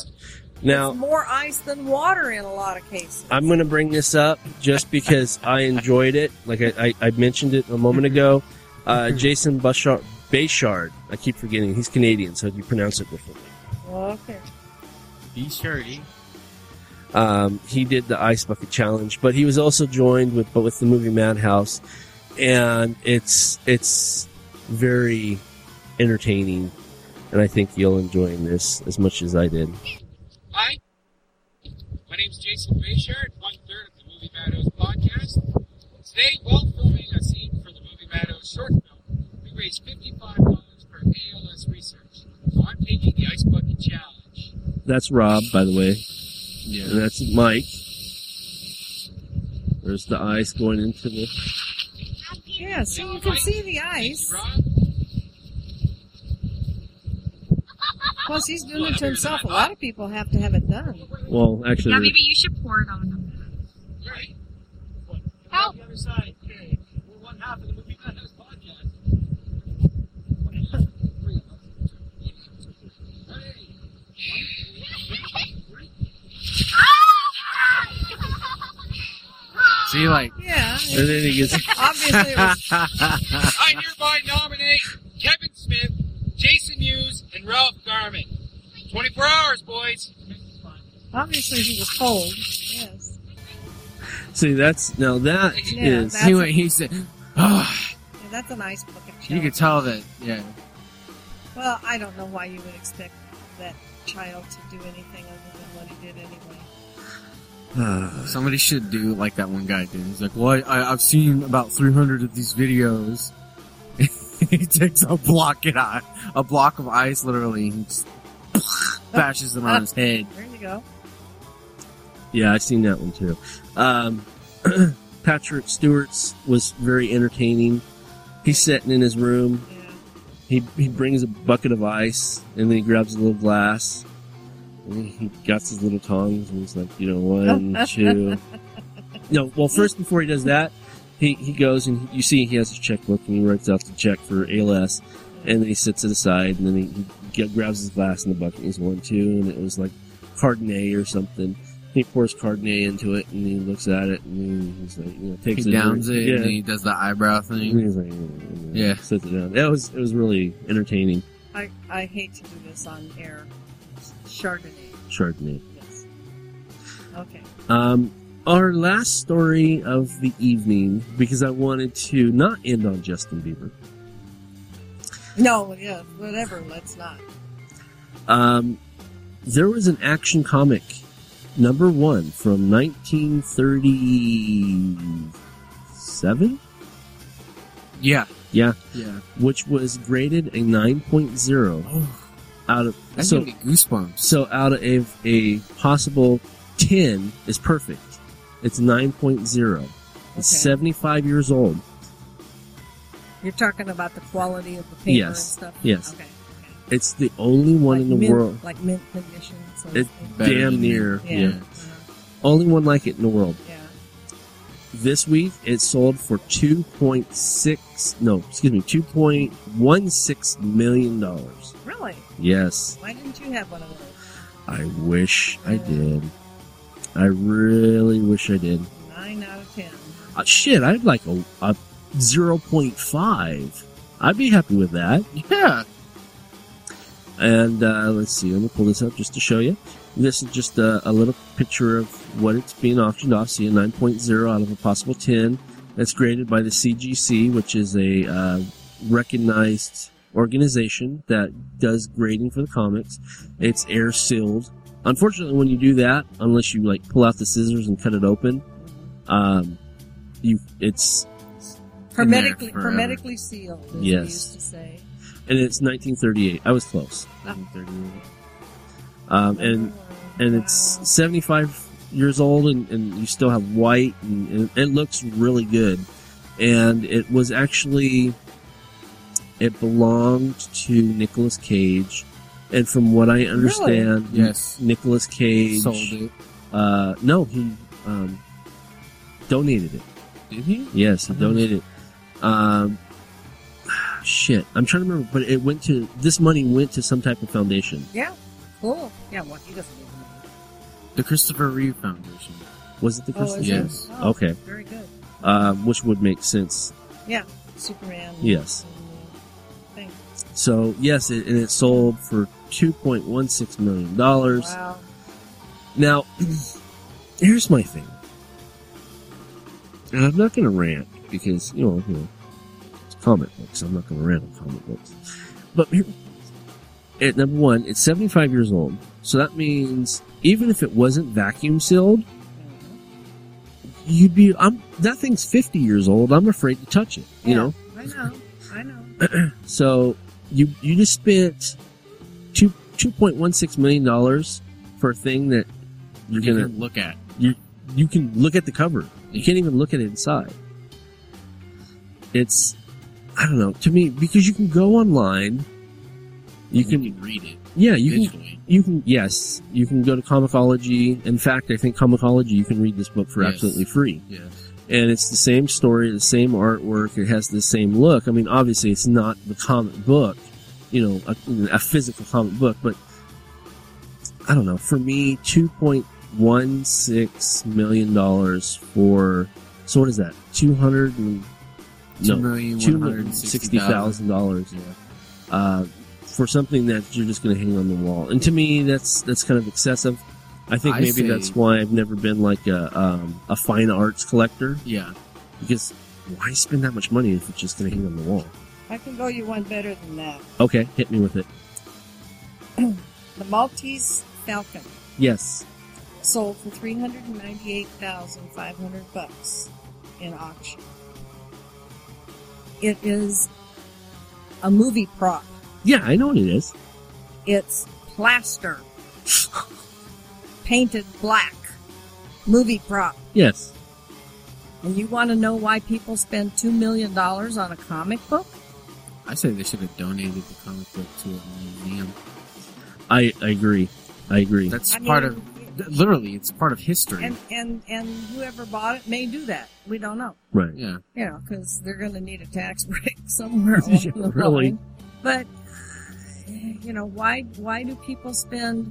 D: Now,
E: More ice than water in a lot of cases.
D: I'm going to bring this up just because I enjoyed it. Like I, I, I mentioned it a moment ago. Uh, Jason Bouchard, Bayshard, I keep forgetting. He's Canadian, so you pronounce it differently.
E: Okay.
F: Be sure he-
D: Um, he did the ice bucket challenge, but he was also joined with, but with the movie Madhouse, and it's it's very entertaining, and I think you'll enjoy this as much as I did.
J: Hi, my name's Jason Bayshard, one third of the Movie Meadows podcast. Today, while filming a scene for the Movie Meadows short film, we raised fifty-five dollars for ALS research. So I'm taking the ice bucket challenge.
D: That's Rob, by the way. And that's Mike. There's the ice going into the.
E: Yeah, so you can see the ice.
J: Rob,
E: Plus, he's doing it to himself. A lot of people have to have it done.
D: Well,
K: Yeah,
D: actually,
K: maybe you should pour it on them.
J: right?
K: Help.
J: The other side. Okay, we're one half of the Movie Meadows podcast.
K: Ah!
F: See, like,
E: Yeah.
D: and then he gets.
E: Obviously, it was
J: I hereby nominate Kevin Smith, Jason Hughes, and Ralph Garman. 24 hours, boys.
E: obviously he was cold. Yes.
D: See, that's now that is
E: Yeah,
F: see what he said. Ah,
E: Yeah, that's an ice bucket.
F: you
E: Challenge.
F: could tell that, yeah.
E: Well, I don't know why you would expect that child to do anything other than what he did anyway.
F: Somebody should do like that one guy did. He's like, well, I, I've seen about 300 of these videos. he takes a block it out, a block of ice, literally, and just bashes it on his head.
E: There you go.
D: yeah, I've seen that one too. Um, Patrick Stewart's was very entertaining. He's sitting in his room. He, he brings a bucket of ice and then he grabs a little glass. And he gets his little tongs and he's like, you know, one, two. No, well, first before he does that, he, he goes and you see he has his checkbook and he writes out the check for ALS. And then he sits it aside and then he, he g- grabs his glass in the bucket and he's one, two. And it was like Cardonnay or something. He pours Cardonnay into it and he looks at it and he's like, you know, takes
F: he
D: a drink.
F: downs it
D: Yeah.
F: and he does the eyebrow thing.
D: And he's like, "Mm, mm, mm,"
F: Yeah.
D: sits it down. That was it was really entertaining.
E: I, I hate to do this on air. Chardonnay.
D: Chardonnay.
E: Yes. Okay.
D: Um, our last story of the evening because I wanted to not end on Justin Bieber.
E: No, yeah, whatever. Let's not.
D: Um, there was an action comic number one from 1937,
F: Yeah,
D: yeah,
F: yeah.
D: which was graded a 9.0
F: Oh,
D: out of
F: that's
D: so
F: gonna be goosebumps.
D: So out of a, a possible 10 is perfect. It's 9.0.
E: Okay.
D: It's 75 years old.
E: You're talking about the quality of the paper and
D: Yes,
E: stuff.
D: yes.
E: Okay. okay.
D: It's the only one
E: like
D: in the
E: mint,
D: world.
E: Like mint condition. So
D: It-
F: Better
D: damn
F: than-
D: near.
E: yeah. uh,
D: yeah. Only one like it in the world.
E: yeah.
D: This week it sold for 2.6 no, excuse me, 2.16 million dollars.
E: Really?
D: Yes.
E: Why didn't you have one of those?
D: I wish I did. I really wish I did.
E: Nine out of ten.
D: Uh, shit, I'd like a, a 0.5. I'd be happy with that.
F: Yeah,
D: And uh, let's see, let me pull this up just to show you. This is just a, a little picture of what it's being auctioned off. See, a 9.0 out of a possible 10. That's graded by the CGC, which is a uh, recognized organization that does grading for the comics. It's air sealed. Unfortunately, when you do that, unless you like pull out the scissors and cut it open, um, you it's
E: Hermetically,
F: forever.
E: hermetically sealed, as we
D: Yes.
E: used to say.
D: and it's 1938. I was close. 1938. Um, and and it's
E: Wow.
D: 75 years old and, and you still have white and, and it looks really good and it was actually it belonged to Nicolas Cage and from what I understand
F: Yes.
D: Nicolas Cage
F: sold it.
D: uh no he um donated it
F: Did he?
D: yes he
F: Mhm.
D: donated it um shit I'm trying to remember but it went to this money went to some type of foundation
E: Yeah. Cool. Yeah. Well, he doesn't even know.
F: The Christopher Reeve Foundation.
D: was it the
E: Oh, is
D: Christmas
E: it?
F: Yes.
E: Oh,
D: Okay.
E: Very good.
D: um, which would make sense
E: Superman.
D: Yes.
E: Thank
D: So yes, it, and it sold for two point one six million dollars.
E: Wow.
D: Now, here's my thing, and I'm not going to rant because you know, you know, it's comic books. I'm not going to rant on comic books. But here, at number one, it's 75 years old, so that means even if it wasn't vacuum sealed, you'd be. I'm that thing's 50 years old. I'm afraid to touch it. You
E: Yeah.
D: know.
E: I know. I know.
D: So you you just spent two two point one six million dollars for a thing that you're
F: you
D: gonna
F: can look at.
D: you can look at the cover. You can't even look at it inside. It's I don't know to me because you can go online. You
F: You can,
D: can
F: read it
D: yeah you can
F: digitally.
D: you can yes you can go to Comicology. In fact, I think Comicology you can read this book for
F: Yes.
D: absolutely free
F: Yes.
D: and it's the same story, the same artwork. It has the same look. I mean, obviously, it's not the comic book, you know, a, a physical comic book, but I don't know. For me, two point one six million dollars for so what is that? Two hundred and no,
F: Two million
D: two
F: one
D: hundred
F: hundred
D: sixty thousand dollars. Uh, for something that you're just going to hang on the wall, and to me, that's that's kind of excessive. I think
F: I
D: maybe
F: say-
D: that's why I've never been like a um, a fine arts collector.
F: Yeah.
D: Because why spend that much money if it's just going to hang on the wall?
E: I can go you one better than that.
D: Okay, hit me with it.
E: The Maltese Falcon
D: Yes.
E: sold for three hundred ninety-eight thousand five hundred bucks in auction. It is a movie prop.
D: Yeah, I know what it is.
E: It's plaster painted black. Movie prop.
D: Yes.
E: And you want to know why people spend $2 million on a comic book?
F: I say they should have donated the comic book to a museum.
D: I, I agree. I agree.
F: That's
E: I
F: part
E: mean,
F: of th- literally, it's part of history.
E: And, and, and whoever bought it may do that. We don't know.
D: right.
F: yeah,
E: You know, because they're going to need a tax break somewhere along
D: Yeah,
E: the
D: really.
E: line. But, you know, why, why do people spend,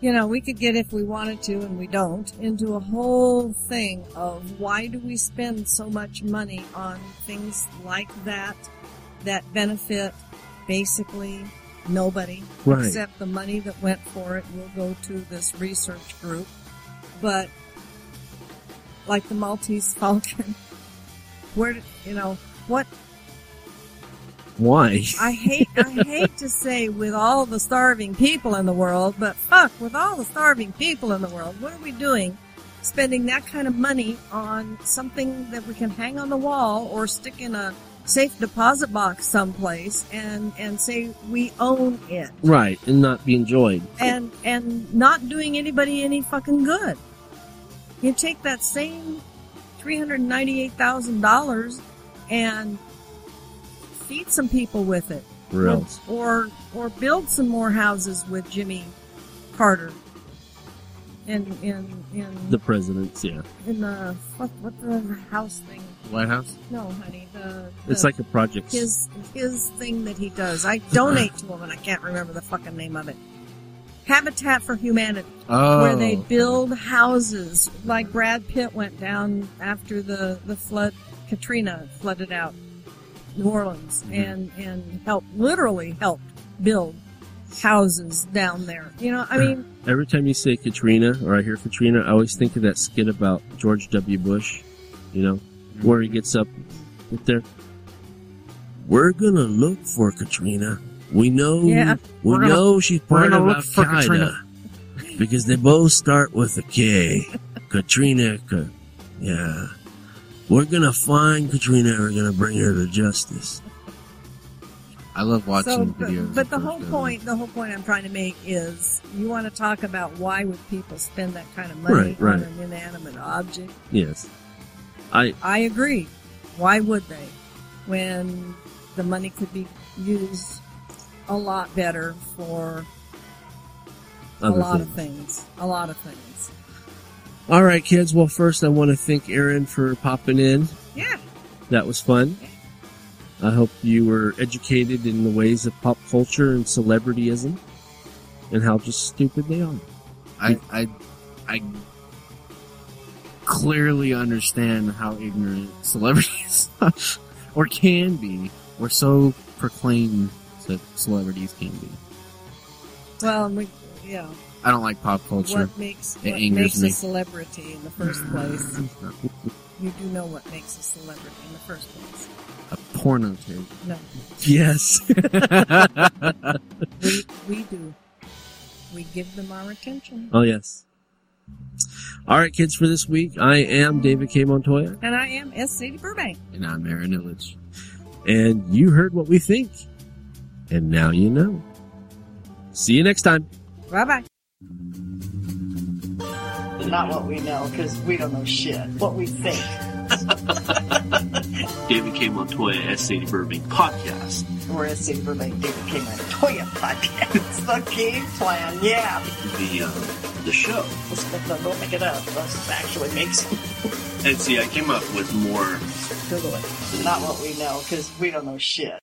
E: you know, we could get, if we wanted to, and we don't, into a whole thing of why do we spend so much money on things like that that benefit basically nobody?
D: Right.
E: except the money that went for it will go to this research group. But like the Maltese Falcon, where did- you know what?
D: Why?
E: I hate I hate to say with all the starving people in the world, but fuck with all the starving people in the world, what are we doing? Spending that kind of money on something that we can hang on the wall or stick in a safe deposit box someplace and and say we own it.
D: Right. And not be enjoyed.
E: and and not doing anybody any fucking good. You take that same three hundred ninety eight thousand dollars and feed some people with it,
D: For
E: Or-
D: else.
E: or or build some more houses with Jimmy Carter. In in in
D: The presidents, yeah.
E: in the what what the house thing?
F: White House.
E: No, honey, the, the
D: It's like a project.
E: his his thing that he does. I donate to him, and I can't remember the fucking name of it. Habitat for Humanity
F: Oh,
E: where they build houses like Brad Pitt went down after the, the flood Katrina flooded out New Orleans
F: Mhm.
E: and, and helped literally helped build houses down there. You know, I mean
D: Every time you say Katrina or I hear Katrina, I always think of that skit about George W. Bush, you know, where he gets up with there. We're gonna look for Katrina. We know,
E: Yeah.
D: we
F: We're gonna-
D: know she's
F: we're
D: part
F: gonna
D: of
F: look
D: Al
F: for
D: Qaeda
F: Katrina.
D: because they both start with a K. Katrina, Ka- yeah. We're gonna find Katrina. We're gonna bring her to justice.
F: I love watching
E: so
F: videos.
E: but, but
F: of
E: the
F: George
E: whole
F: W.
E: point the whole point I'm trying to make is you want to talk about why would people spend that kind of money
D: Right, right.
E: on an inanimate object.
D: Yes, I
E: I agree. Why would they? When the money could be used a lot better for
D: other
E: a lot
D: things.
E: of things. A lot of things.
D: All right, kids. Well, first I want to thank Aaron for popping in.
E: Yeah.
D: That was fun. I hope you were educated in the ways of pop culture and celebrityism and how just stupid they are.
F: I, I, I clearly understand how ignorant celebrities are, or can be, or so proclaim that celebrities can be.
E: Well, and we, you know,
F: I don't like pop culture.
E: what makes
F: It
E: what
F: angers
E: makes
F: me.
E: a celebrity in the first place? You do know what makes a celebrity in the first place.
F: A porno tape.
E: No,
D: Yes.
E: we we do. We give them our attention.
D: oh, yes. All right, kids, for this week, I am David K. Montoya,
E: And I am S. Sadie Burbank.
F: and I'm Aaron Illich.
D: and you heard what we think. And now you know. See you next time.
E: Bye bye.
B: Not what we know, because we don't know shit. What we think.
C: David K. Montoya, S. Sadie Burbank Podcast.
B: We're a Silver Lake David K. Montoya podcast. It's the game plan, yeah.
C: The, uh, the show.
B: Let's, let's, don't make it up. Let's actually make some.
C: And see, I came up with more
B: Google it. Not what we know, because we don't know shit.